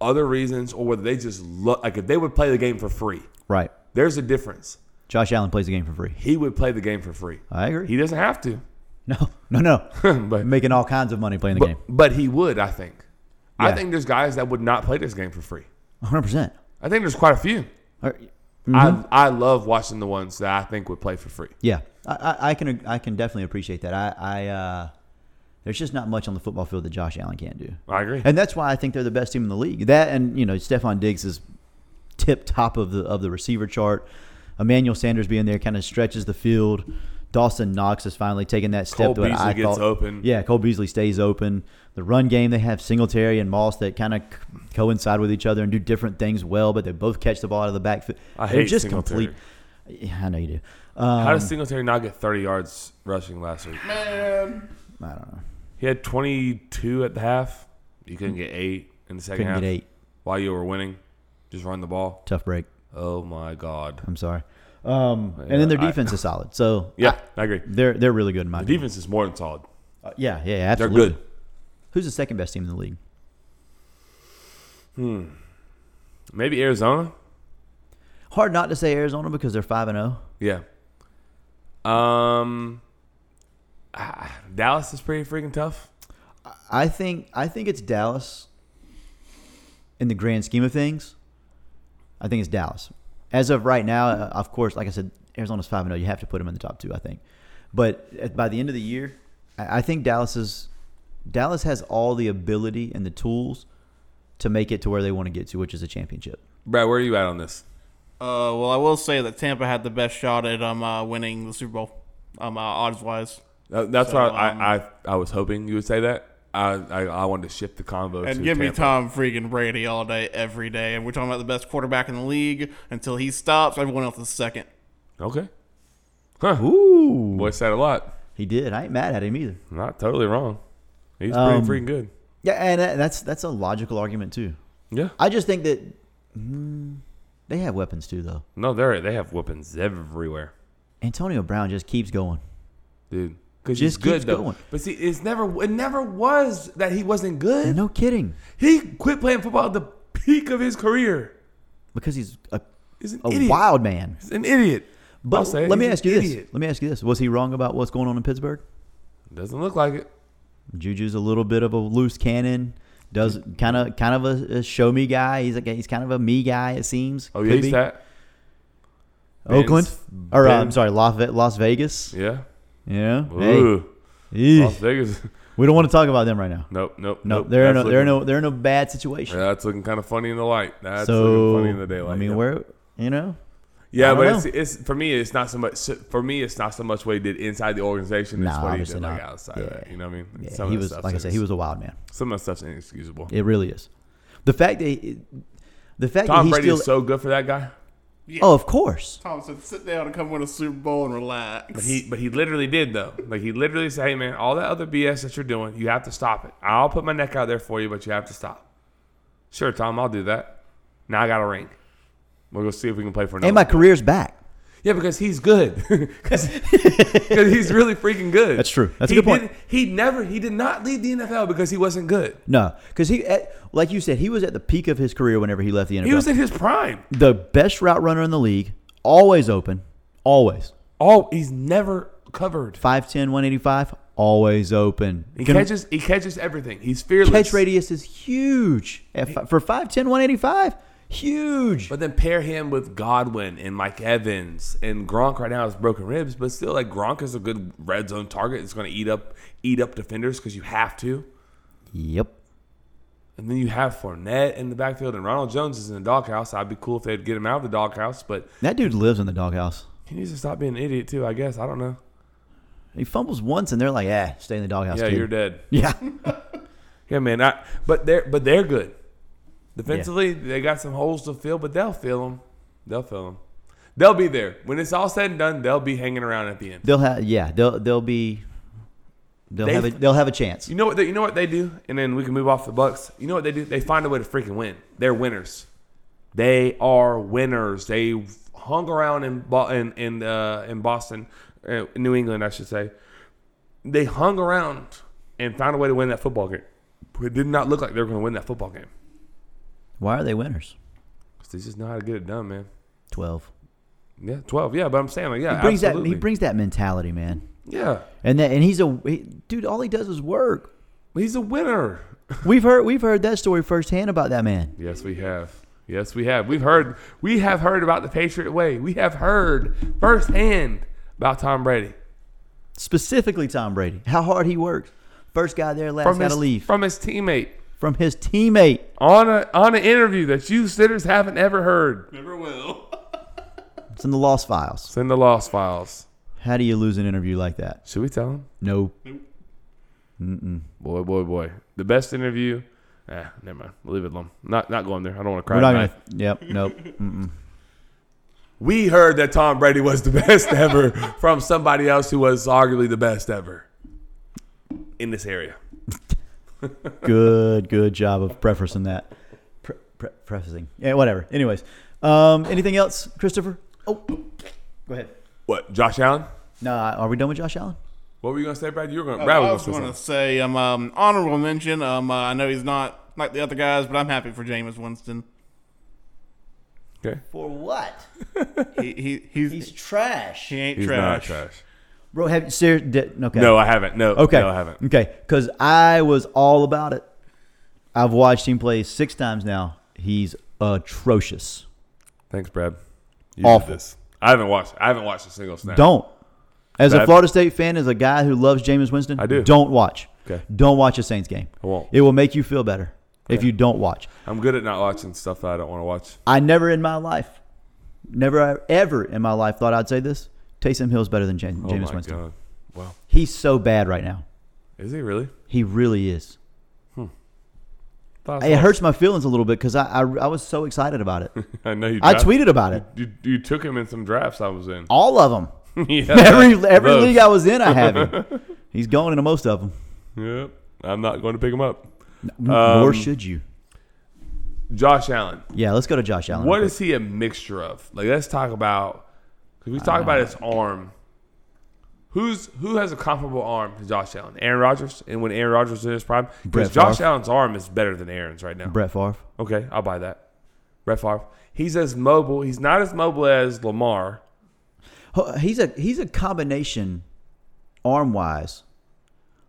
S4: other reasons or whether they just look like if they would play the game for free.
S3: Right.
S4: There's a difference.
S3: Josh Allen plays the game for free.
S4: He would play the game for free.
S3: I agree.
S4: He doesn't have to,
S3: no, no, no.
S4: but
S3: Making all kinds of money playing the
S4: but,
S3: game.
S4: but he would. I think. I
S3: Yeah.
S4: think there's guys that would not play this game for free.
S3: 100. percent
S4: I think there's quite a few. I I love watching the ones that I think would play for free.
S3: Yeah, I, I, I can I can definitely appreciate that. I, I uh, there's just not much on the football field that Josh Allen can't do,
S4: I agree.
S3: and that's why I think they're the best team in the league. That and you know Stephon Diggs is tip top of the of the receiver chart. Emmanuel Sanders being there kind of stretches the field. Dawson Knox has finally taken that step.
S4: Cole
S3: to what
S4: Beasley
S3: I
S4: gets
S3: thought-
S4: open.
S3: Yeah, Cole Beasley stays open. The run game they have Singletary and Moss that kind of coincide with each other and do different things well, but they both catch the ball out of the backfield.
S4: I
S3: They're
S4: hate
S3: just
S4: Singletary.
S3: complete. Yeah, I know you do. Um,
S4: How did Singletary not get 30 yards rushing last week?
S2: Man.
S3: I don't know.
S4: He had 22 at the half. You couldn't get eight in the 2nd
S3: Couldn't
S4: half.
S3: get eight.
S4: While you were winning, just run the ball.
S3: Tough break.
S4: Oh my God.
S3: I'm sorry. Um, and then their
S4: I-
S3: defense is solid. So
S4: Yeah, I, agree.
S3: they're they're really good in my
S4: The
S3: opinion.
S4: defense is more than solid.
S3: Uh, yeah, yeah,
S4: They're
S3: absolutely.
S4: good.
S3: Who's the second best team in the league?
S4: Maybe Arizona.
S3: Hard not to say Arizona because they're five and oh. zero.
S4: Yeah. Um, ah, Dallas is pretty freaking tough.
S3: I think I think it's Dallas. In the grand scheme of things, I think it's Dallas. As of right now, uh, of course, like I said, Arizona's five and zero. You have to put them in the top two, I think. But at, by the end of the year, I, I think Dallas is Dallas has all the ability and the tools to make it to where they want to get to, which is a championship.
S4: Brad, where are you at on this?
S2: Uh, well, I will say that Tampa had the best shot at um uh, winning the Super Bowl, um uh, odds wise.
S4: That- That's
S2: So,
S4: why I,
S2: um,
S4: I, I, was hoping you would say that. I, I, I wanted to shift the convo to
S2: And give me
S4: Tampa.
S2: Tom freaking Brady all day, every day. And we're talking about the best quarterback in the league until he stops. Everyone else is second.
S4: Okay. Huh.
S3: Ooh,
S4: Boy said a lot.
S3: he did. I ain't mad at him either.
S4: Not totally wrong. He's
S3: Um,
S4: pretty freaking good.
S3: Yeah, and that- that's that's a logical argument too.
S4: Yeah.
S3: I just think that mm, they have weapons too, though.
S4: No, they're they have weapons everywhere,
S3: Antonio Brown just keeps going.
S4: dude. Because he's
S3: Just
S4: good
S3: keeps
S4: though.
S3: going.
S4: But see, it's never it never was that he wasn't
S3: And
S4: good.
S3: no kidding,
S4: He quit playing football at the peak of his career.
S3: because he's a,
S4: He's an
S3: a
S4: idiot.
S3: wild man.
S4: He's an idiot. I'll
S3: Oh, But
S4: say it,
S3: let me
S4: he's
S3: ask
S4: an
S3: you
S4: idiot.
S3: this. Let me ask you this. Was he wrong about what's going on in Pittsburgh?
S4: Doesn't look like it.
S3: Juju's a little bit of a loose cannon. Does kind of kind of a, a show me guy. He's like he's kind of a me guy. It seems.
S4: Oh yeah,
S3: Could
S4: he's
S3: be.
S4: that.
S3: Oakland
S4: Ben's-
S3: or uh,
S4: Ben-
S3: I'm sorry, Las, Ve- Las Vegas.
S4: Yeah.
S3: Yeah.
S4: Ooh.
S3: Hey. Eesh.
S4: Las Vegas.
S3: We don't want to talk about them right now.
S4: Nope. Nope.
S3: No,
S4: Nope.
S3: they're in a,
S4: That's
S3: they're in
S4: looking-
S3: a, they're in a bad situation.
S4: Yeah, that's looking kind of funny in the light. That's
S3: so
S4: looking funny in the daylight.
S3: I mean,
S4: yeah.
S3: where you know? I
S4: Yeah,
S3: don't
S4: but
S3: know.
S4: it's, it's for me. It's not so much for me. It's not so much what he did inside the organization. It's
S3: No,
S4: what he
S3: obviously
S4: did like
S3: not.
S4: outside. of it.
S3: Yeah.
S4: You know what I mean?
S3: Yeah,
S4: Some of
S3: he
S4: that
S3: was
S4: stuff's
S3: like I said, he was a wild man.
S4: Some of that stuff's inexcusable.
S3: It really is. The fact that the fact that
S4: Tom
S3: he's
S4: Brady
S3: still
S4: is so good for that guy,
S3: oh, of course.
S2: Tom said, sit down and come win a Super Bowl and relax.
S4: but he but he literally did though. Like he literally said, "Hey man, all that other BS that you're doing, you have to stop it. I'll put my neck out there for you, but you have to stop." Sure, Tom, I'll do that. Now I got a ring. We'll go see if we can play for another.
S3: And my career's back.
S4: Yeah, because he's good. Because he's really freaking good.
S3: That's true. That's a
S4: He
S3: good point.
S4: did- He never, he did not leave the NFL because he wasn't good.
S3: No, because he, at, like you said, he was at the peak of his career whenever he left the NFL.
S4: He was in his prime.
S3: the best route runner in the league, always open, always
S4: Oh, he's never covered.
S3: 5'10", 185, always open.
S4: He
S3: Can-
S4: catches, he catches everything. He's fearless.
S3: catch radius is huge at fi- for 5'10", 185, huge.
S4: But then pair him with Godwin and Mike Evans and Gronk. Right now has broken ribs, but still, like Gronk is a good red zone target. It's going to eat up, eat up defenders because you have to.
S3: yep.
S4: And then you have Fournette in the backfield, and Ronald Jones is in the doghouse. I'd be cool if they'd get him out of the doghouse, but
S3: That dude lives in the doghouse.
S4: He needs to stop being an idiot too. I guess I don't know.
S3: He fumbles once, and they're like, "Eh, stay in the doghouse."
S4: yeah,
S3: kid."
S4: you're dead.
S3: Yeah,
S4: Yeah, man. I, but they're but they're good. Defensively, they got some holes to fill, but they'll fill them. They'll fill them. They'll be there when it's all said and done. They'll be hanging around at the end.
S3: they'll have. Yeah, they'll they'll be. They'll
S4: They-
S3: have a, they'll have a chance.
S4: You know what? They, you know what they do, and then we can move off the Bucks. You know what they do? They find a way to freaking win. They're winners. They are winners. They hung around in Bo- in in, uh, in Boston, uh, New England, I should say. They hung around and found a way to win that football game. But it did not look like they were going to win that football game.
S3: Why are they winners?
S4: 'Cause They just know how to get it done, man.
S3: Twelve.
S4: Yeah, twelve. Yeah, but I'm saying like yeah,
S3: He brings
S4: absolutely.
S3: that. He brings that mentality, man.
S4: yeah.
S3: And that and he's a he, dude. All he does is work.
S4: He's a winner.
S3: We've heard we've heard that story firsthand about that man.
S4: Yes, we have. Yes, we have. We've heard. We have heard about the Patriot way. We have heard firsthand about Tom Brady
S3: Specifically, Tom Brady. How hard he works. First guy there, last guy
S4: his
S3: to leave. From,
S4: from his teammate
S3: his teammate.
S4: on a on an interview that you sitters haven't ever heard.
S2: Never will.
S3: It's in the lost files.
S4: It's in the lost files.
S3: How do you lose an interview like that?
S4: Should we tell him?
S3: No.
S4: Boy, boy, boy. The best interview. Ah, never mind. Leave it alone. Not not going there. I don't want to cry.
S3: We're not
S4: tonight.
S3: gonna. Yep. Nope.
S4: We heard that Tom Brady was the best ever from somebody else who was arguably the best ever in this area.
S3: good. Good job of prefacing that. Pre- pre- prefacing. Yeah. Whatever. Anyways. Um. Anything else, Christopher? Oh. Go ahead.
S4: What, Josh Allen?
S3: Nah. Are we done with Josh Allen?
S4: What were you gonna say, Brad? You were
S3: Oh,
S4: gonna.
S2: Uh,
S4: Brad
S2: I
S4: was
S2: was
S4: gonna say
S2: going to
S4: something.
S2: say um, um honorable mention. Um, uh, I know he's not like the other guys, but I'm happy for Jameis Winston.
S4: Okay.
S3: For what?
S2: He he he's,
S3: trash.
S2: he ain't
S4: He's
S2: trash.
S4: not trash.
S3: Bro, have you ser- di- okay.
S4: No, I haven't. No.
S3: Okay.
S4: No, I haven't.
S3: Okay, because I was all about it. I've watched him play six times now. He's atrocious.
S4: Thanks, Brad. You
S3: Awful.
S4: did this. I haven't watched. I haven't watched a single snap.
S3: Don't. As a
S4: Bad.
S3: Florida State fan, as a guy who loves Jameis Winston,
S4: I do.
S3: Don't watch.
S4: Okay.
S3: Don't watch a Saints game.
S4: I won't.
S3: It will make you feel better if you don't watch.
S4: I'm good at not watching stuff that I don't want to watch.
S3: I never in my life, never ever in my life thought I'd say this. Taysom Hill's better than Jam-
S4: Oh
S3: Jameis
S4: my
S3: Winston.
S4: god. Wow.
S3: He's so bad right now.
S4: Is he really?
S3: He really is.
S4: Thought I
S3: It
S4: saw-
S3: hurts my feelings a little bit because I, I I was so excited about it.
S4: I know you.
S3: I
S4: draft-
S3: tweeted about it.
S4: You, you took him in some drafts I was in.
S3: All of them.
S4: yeah,
S3: Every every
S4: those.
S3: league I was in, I have him. He's going into most of them.
S4: Yep. I'm not going to pick him up. Um,
S3: Nor should you.
S4: Josh Allen.
S3: Yeah, let's go to Josh Allen.
S4: What is he a mixture of? Like, let's talk about. Cause we talk about his arm. Who's who has a comparable arm to Josh Allen? Aaron Rodgers, and when Aaron Rodgers was in his prime, because
S3: Brett
S4: Josh
S3: Favre.
S4: Allen's arm is better than Aaron's right now.
S3: Brett Favre?
S4: Okay, I'll buy that. Brett Favre. He's as mobile. He's not as mobile as Lamar.
S3: Ho- He's a he's a combination, arm wise,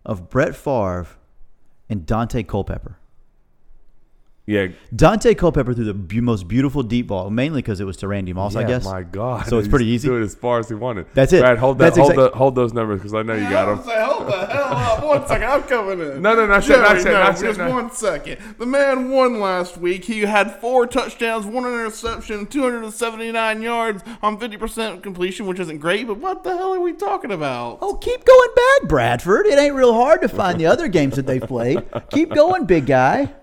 S3: of Brett Favre and Dante Culpepper.
S4: Yeah,
S3: Dante Culpepper threw the bu- most beautiful deep ball, mainly because it was to Randy Moss, I
S4: yeah,
S3: guess.
S4: My God,
S3: So it's pretty
S4: He's
S3: easy.
S4: doing as far as he wanted.
S3: That's it.
S4: Brad, hold that.
S3: That's
S4: hold,
S3: exact-
S4: the, hold those numbers because I know you got
S2: I
S4: them.
S2: was like, hold the hell up. One second, I'm coming in.
S4: No, no, not yet,
S2: Jerry,
S4: not yet,
S2: no,
S4: not yet,
S2: just
S4: not-
S2: one second. The man won last week. He had four touchdowns, one interception, 279 yards on 50% completion, which isn't great, but what the hell are we talking about?
S3: Oh, keep going back, Bradford. It ain't real hard to find the other games that they played. Keep going, big guy.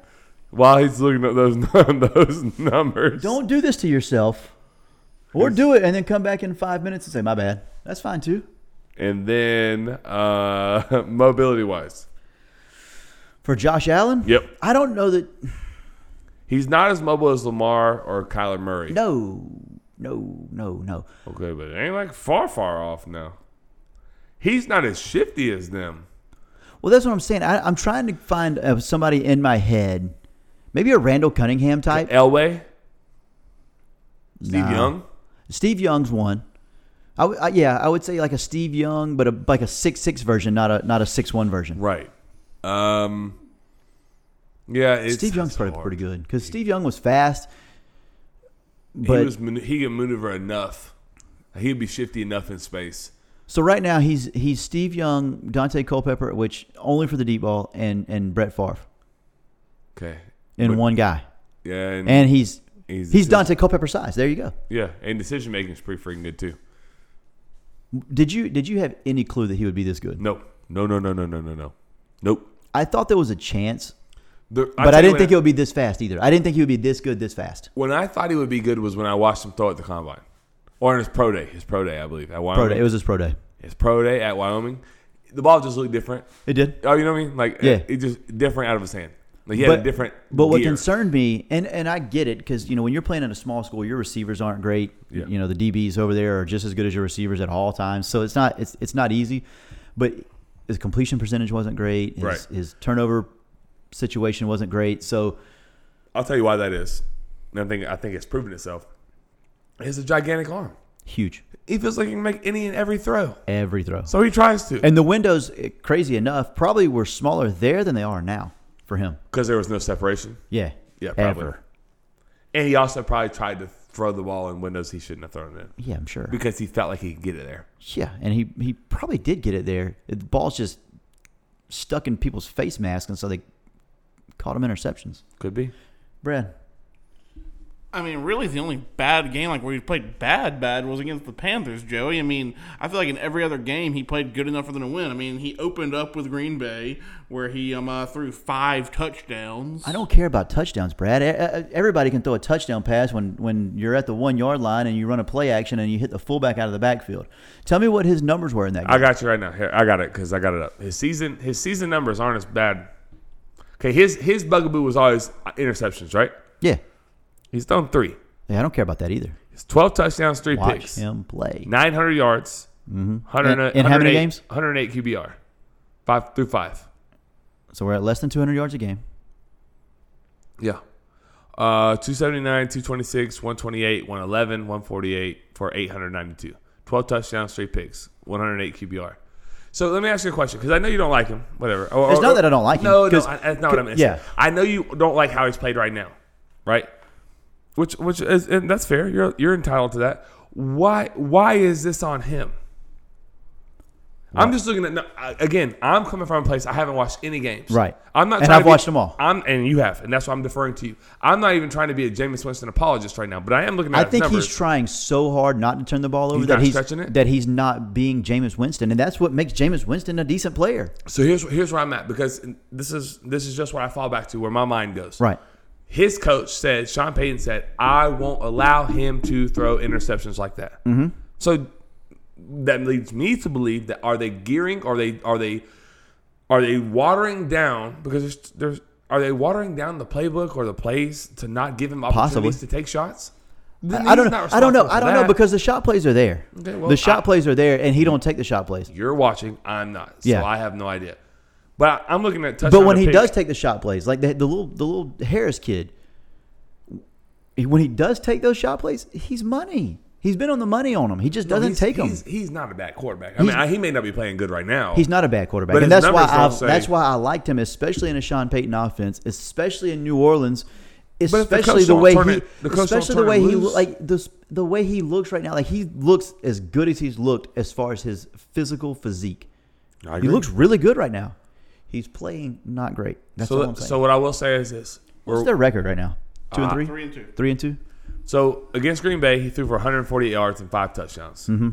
S4: While he's looking at those those numbers,
S3: Don't do this to yourself. Or do it and then come back in five minutes and say, my bad. That's fine too.
S4: and then uh, mobility wise,
S3: For Josh Allen?
S4: Yep.
S3: I don't know that.
S4: he's not as mobile as Lamar or Kyler Murray.
S3: No, no, no, no.
S4: Okay, but it ain't like far far off now. He's not as shifty as them.
S3: Well, that's what I'm saying. I, I'm trying to find uh, somebody in my head, maybe a Randall Cunningham type.
S4: Elway, Steve
S3: Nah.
S4: Young.
S3: Steve Young's one. I w- I- yeah, I would say like a Steve Young, but a, like a six six version, not a not a six one version.
S4: Right. Um. Yeah, it's,
S3: Steve Young's
S4: it's
S3: probably
S4: hard.
S3: pretty good because Steve Young was fast.
S4: he
S3: But
S4: was manu- he can maneuver enough. He'd be shifty enough in space.
S3: so right now he's he's Steve Young, Dante Culpepper, which only for the deep ball, and and Brett Favre
S4: Okay.
S3: in
S4: But-
S3: one guy,
S4: Yeah, and,
S3: and he's
S4: He's-
S3: he's Dante Culpepper size. There you go.
S4: yeah, and decision making is pretty freaking good too.
S3: Did you did you have any clue that he would be this good?
S4: No, no, no, no, no, no, no, no. Nope.
S3: I thought there was a chance,
S4: The-
S3: but
S4: tell
S3: I
S4: you
S3: didn't
S4: when
S3: think it would be this fast either. I didn't think he would be this good this fast.
S4: When I thought he would be good was when I watched him throw at the combine, or in his pro day, his pro day, I believe, at Wyoming.
S3: Pro day. It was his pro day.
S4: his pro day at Wyoming. The ball just looked different.
S3: It did.
S4: Oh, you know what I mean? Like,
S3: Yeah.
S4: it, it just different out of his hand. Like he had a different.
S3: But what
S4: gear.
S3: concerned me, and, and I get it, because you know when you're playing in a small school, your receivers aren't great.
S4: Yeah.
S3: You know the DBs over there are just as good as your receivers at all times, so it's not it's it's not easy. But his completion percentage wasn't great. His,
S4: Right.
S3: his turnover situation wasn't great. So
S4: I'll tell you why that is. And I think I think it's proven itself. It's a gigantic arm.
S3: huge
S4: He feels like he can make any and every throw,
S3: every throw.
S4: so he tries to.
S3: and the windows, eh, crazy enough, probably were smaller there than they are now for him.
S4: Because there was no separation,
S3: Yeah.
S4: Yeah, probably.
S3: Ever.
S4: and he also probably tried to throw the ball in windows he shouldn't have thrown it in
S3: Yeah, I'm sure.
S4: because he felt like he could get it there.
S3: Yeah, and he he probably did get it there. The ball's just stuck in people's face masks, and so they caught him interceptions.
S4: Could be.
S3: Brad,
S2: I mean, really, the only bad game like where he played bad, bad was against the Panthers, Joey. I mean, I feel like in every other game he played good enough for them to win. I mean, he opened up with Green Bay where he um uh, threw five touchdowns.
S3: I don't care about touchdowns, Brad. E- e- Everybody can throw a touchdown pass when when you're at the one yard line and you run a play action and you hit the fullback out of the backfield. Tell me what his numbers were in that
S4: I
S3: game.
S4: got you right now. Here, I got it because I got it up. His season, his season numbers aren't as bad. Okay, his his bugaboo was always interceptions, right?
S3: yeah,
S4: He's thrown three.
S3: yeah, I don't care about that either.
S4: It's twelve touchdowns, three
S3: Watch
S4: picks,
S3: him play.
S4: nine hundred yards,
S3: And-
S4: 100,
S3: and how many
S4: 108
S3: games?
S4: One hundred eight QBR, five through five.
S3: So we're at less than 200 yards a game.
S4: Yeah. Uh, 279, 226, 128, 111, 148 for 892. 12 touchdowns, three picks, 108 QBR. So let me ask you a question because I know you don't like him. Whatever. Or-
S3: It's
S4: or-
S3: not that I don't like him,
S4: No, no,
S3: 'cause-
S4: I, that's not what I'm saying.
S3: yeah.
S4: I know you don't like how he's played right now, right? Which, which is, and that's fair. You're, you're entitled to that. Why, why is this on him? I'm just looking at no, I- again. I'm coming from a place I haven't watched any games.
S3: Right.
S4: I'm not.
S3: And
S4: trying
S3: I've
S4: to be-
S3: watched them all.
S4: I'm and you have, and that's why I'm deferring to you. I'm not even trying to be a Jameis Winston apologist right now, but I am looking at
S3: I
S4: his
S3: think
S4: numbers.
S3: he's trying so hard not to turn the ball over
S4: He's
S3: that
S4: not
S3: he's
S4: stretching it?
S3: that he's not being Jameis Winston, and that's what makes Jameis Winston a decent player.
S4: so here's here's where I'm at because this is this is just where I fall back to where my mind goes.
S3: Right.
S4: His coach said, Sean Payton said, I won't allow him to throw interceptions like that. Mm-hmm. So that leads me to believe that are they gearing? Are they are they are they watering down because there's, there's are they watering down the playbook or the plays to not give him
S3: Possibly.
S4: opportunities to take shots? Then
S3: I don't
S4: he's
S3: know.
S4: not
S3: I don't know.
S4: responsible
S3: I
S4: for
S3: don't know
S4: that.
S3: because the shot plays are there.
S4: Okay, well,
S3: the shot
S4: I-
S3: plays are there, and he don't take the shot plays.
S4: you're watching, I'm not, so
S3: Yeah.
S4: I have no idea. But I, I'm looking at touchdown.
S3: But when
S4: to
S3: he
S4: pick.
S3: does take the shot plays, like the, the little the little Harris kid, he- when he does take those shot plays, he's money. He's been on the money on him. He just doesn't
S4: he's,
S3: take them.
S4: He's,
S3: He's,
S4: he's not a bad quarterback. I mean, I, he may not be playing good right now.
S3: not a bad quarterback,
S4: But
S3: and
S4: his
S3: that's why
S4: numbers don't
S3: I
S4: say-
S3: that's why I liked him, especially in a Sean Payton offense, especially in New Orleans,
S4: the
S3: especially
S4: coach
S3: the
S4: don't
S3: way
S4: turn
S3: he,
S4: it- the coach don't
S3: especially the
S4: turn
S3: way
S4: him
S3: he
S4: loose.
S3: like this the way he looks right now. Like he looks as good as he's looked as far as his physical physique.
S4: I
S3: He
S4: agree.
S3: looks really good right now. He's playing not great. That's all
S4: So,
S3: I'm saying.
S4: so what I will say is this:
S3: What's
S4: We're- Uh,
S3: their record right now? Two and three?
S2: Three and two.
S3: Three and two?
S4: so against Green Bay, he threw for 148 yards and five touchdowns. Mm-hmm.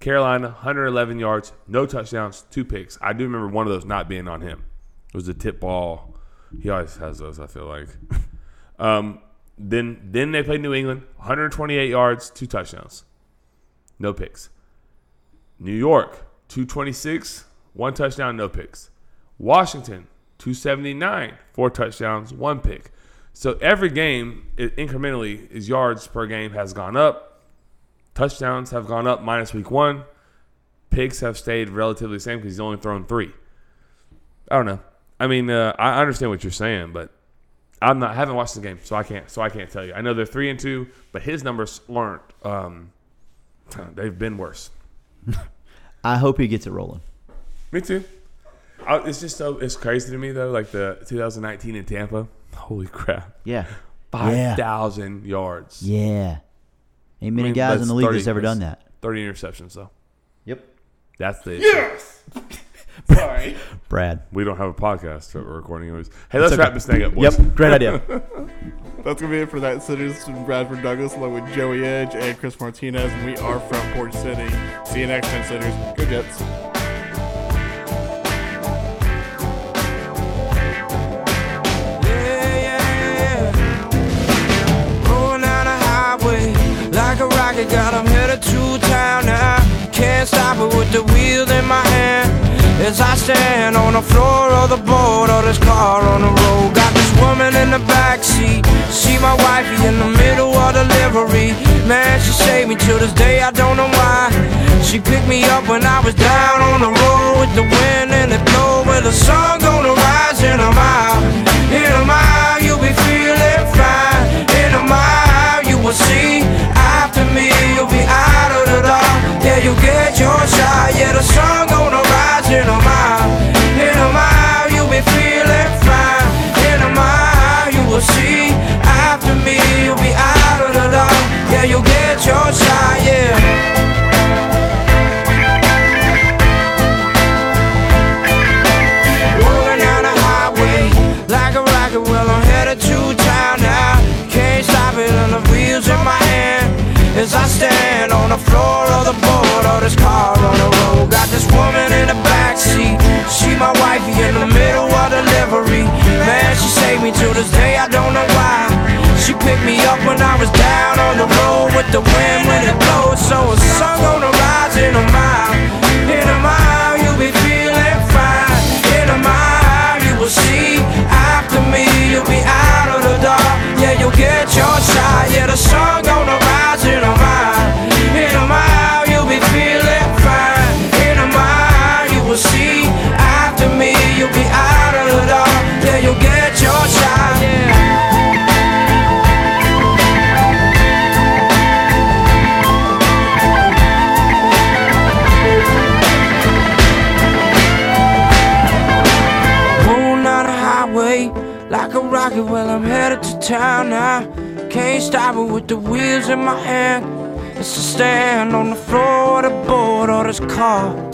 S4: Carolina, 111 yards, no touchdowns, two picks. I do remember one of those not being on him. It was a tip ball. He always has those. I feel like. um, then then they played New England, 128 yards, two touchdowns, no picks. New York, 226, one touchdown, no picks. Washington, 279, four touchdowns, one pick. So every game, it incrementally, his yards per game has gone up. Touchdowns have gone up minus week one. Picks have stayed relatively the same because he's only thrown three. I don't know. I mean, uh, I understand what you're saying, but I'm not. I haven't watched the game, so I can't. So I can't tell you. I know they're three and two, but his numbers aren't. Um, they've been worse.
S3: I hope he gets it rolling.
S4: Me too. I, it's just so it's crazy to me though. Like the 2019 in Tampa. Holy crap!
S3: Yeah. Yeah.
S4: Five thousand yards.
S3: Yeah. Ain't many
S4: mean,
S3: guys in
S4: that's
S3: the league
S4: 30
S3: that's ever done that.
S4: that's- Thirty interceptions though.
S3: Yep.
S4: That's the
S2: Yes. Sorry.
S3: Brad.
S4: we don't have a podcast that we're recording. Anyways. Hey, let's wrap this thing up, boys.
S3: Yep. Great idea.
S2: That's going to be it for that. Sitters from Bradford Douglas, along with Joey Edge and Chris Martinez. And we are from Port City. See you next time, Sitters. Go Jets.
S1: Yeah, yeah, yeah. Rolling down the highway like a rocket, got 'em headed to town now. Can't stop it with the wheel in my hand. As I stand on the floor of the boat of this car on the road, got this woman in the backseat. See my wifey in the middle of delivery. Man, she saved me till this day, I don't know why. She picked me up when I was down on the road with the wind and it blow. With the sun gonna rise in a mile, in a mile, you'll be feeling fine. In a mile, you will see. After me, you'll be out of the dark. Yeah, you get your shot. Yeah, the sun gonna rise in a mile, in a mile, you'll be feeling fine. In a mile, you will see. After me, you'll be out of the dark. Yeah, you get your shot. Yeah. Rolling down the highway like a rocket. Well, I'm headed to town now. Can't stop it, and the wheels in my hand. As I stand on the floor of the boat of this car on the road, got this woman in the backseat. She my wifey in the middle of delivery. Man, she saved me to this day. I don't know why. She picked me up when I was down on the road with the wind when it blows. So a sun gonna rise in a mile. In a mile, you'll be feeling fine. In a mile, you will see. After me, you'll be out of the dark. Yeah, you'll get your shot. Yeah, the sun gonna rise in a mile. In a mile, you'll be feeling fine. In a mile, you will see. After me, you'll be out of the dark. Yeah, you'll get your shot. Yeah. Moon on the highway, like a rocket. Well, I'm headed to town now. Can't stop it with the wheels in my hand. It's a stand on the floor of the board or this car.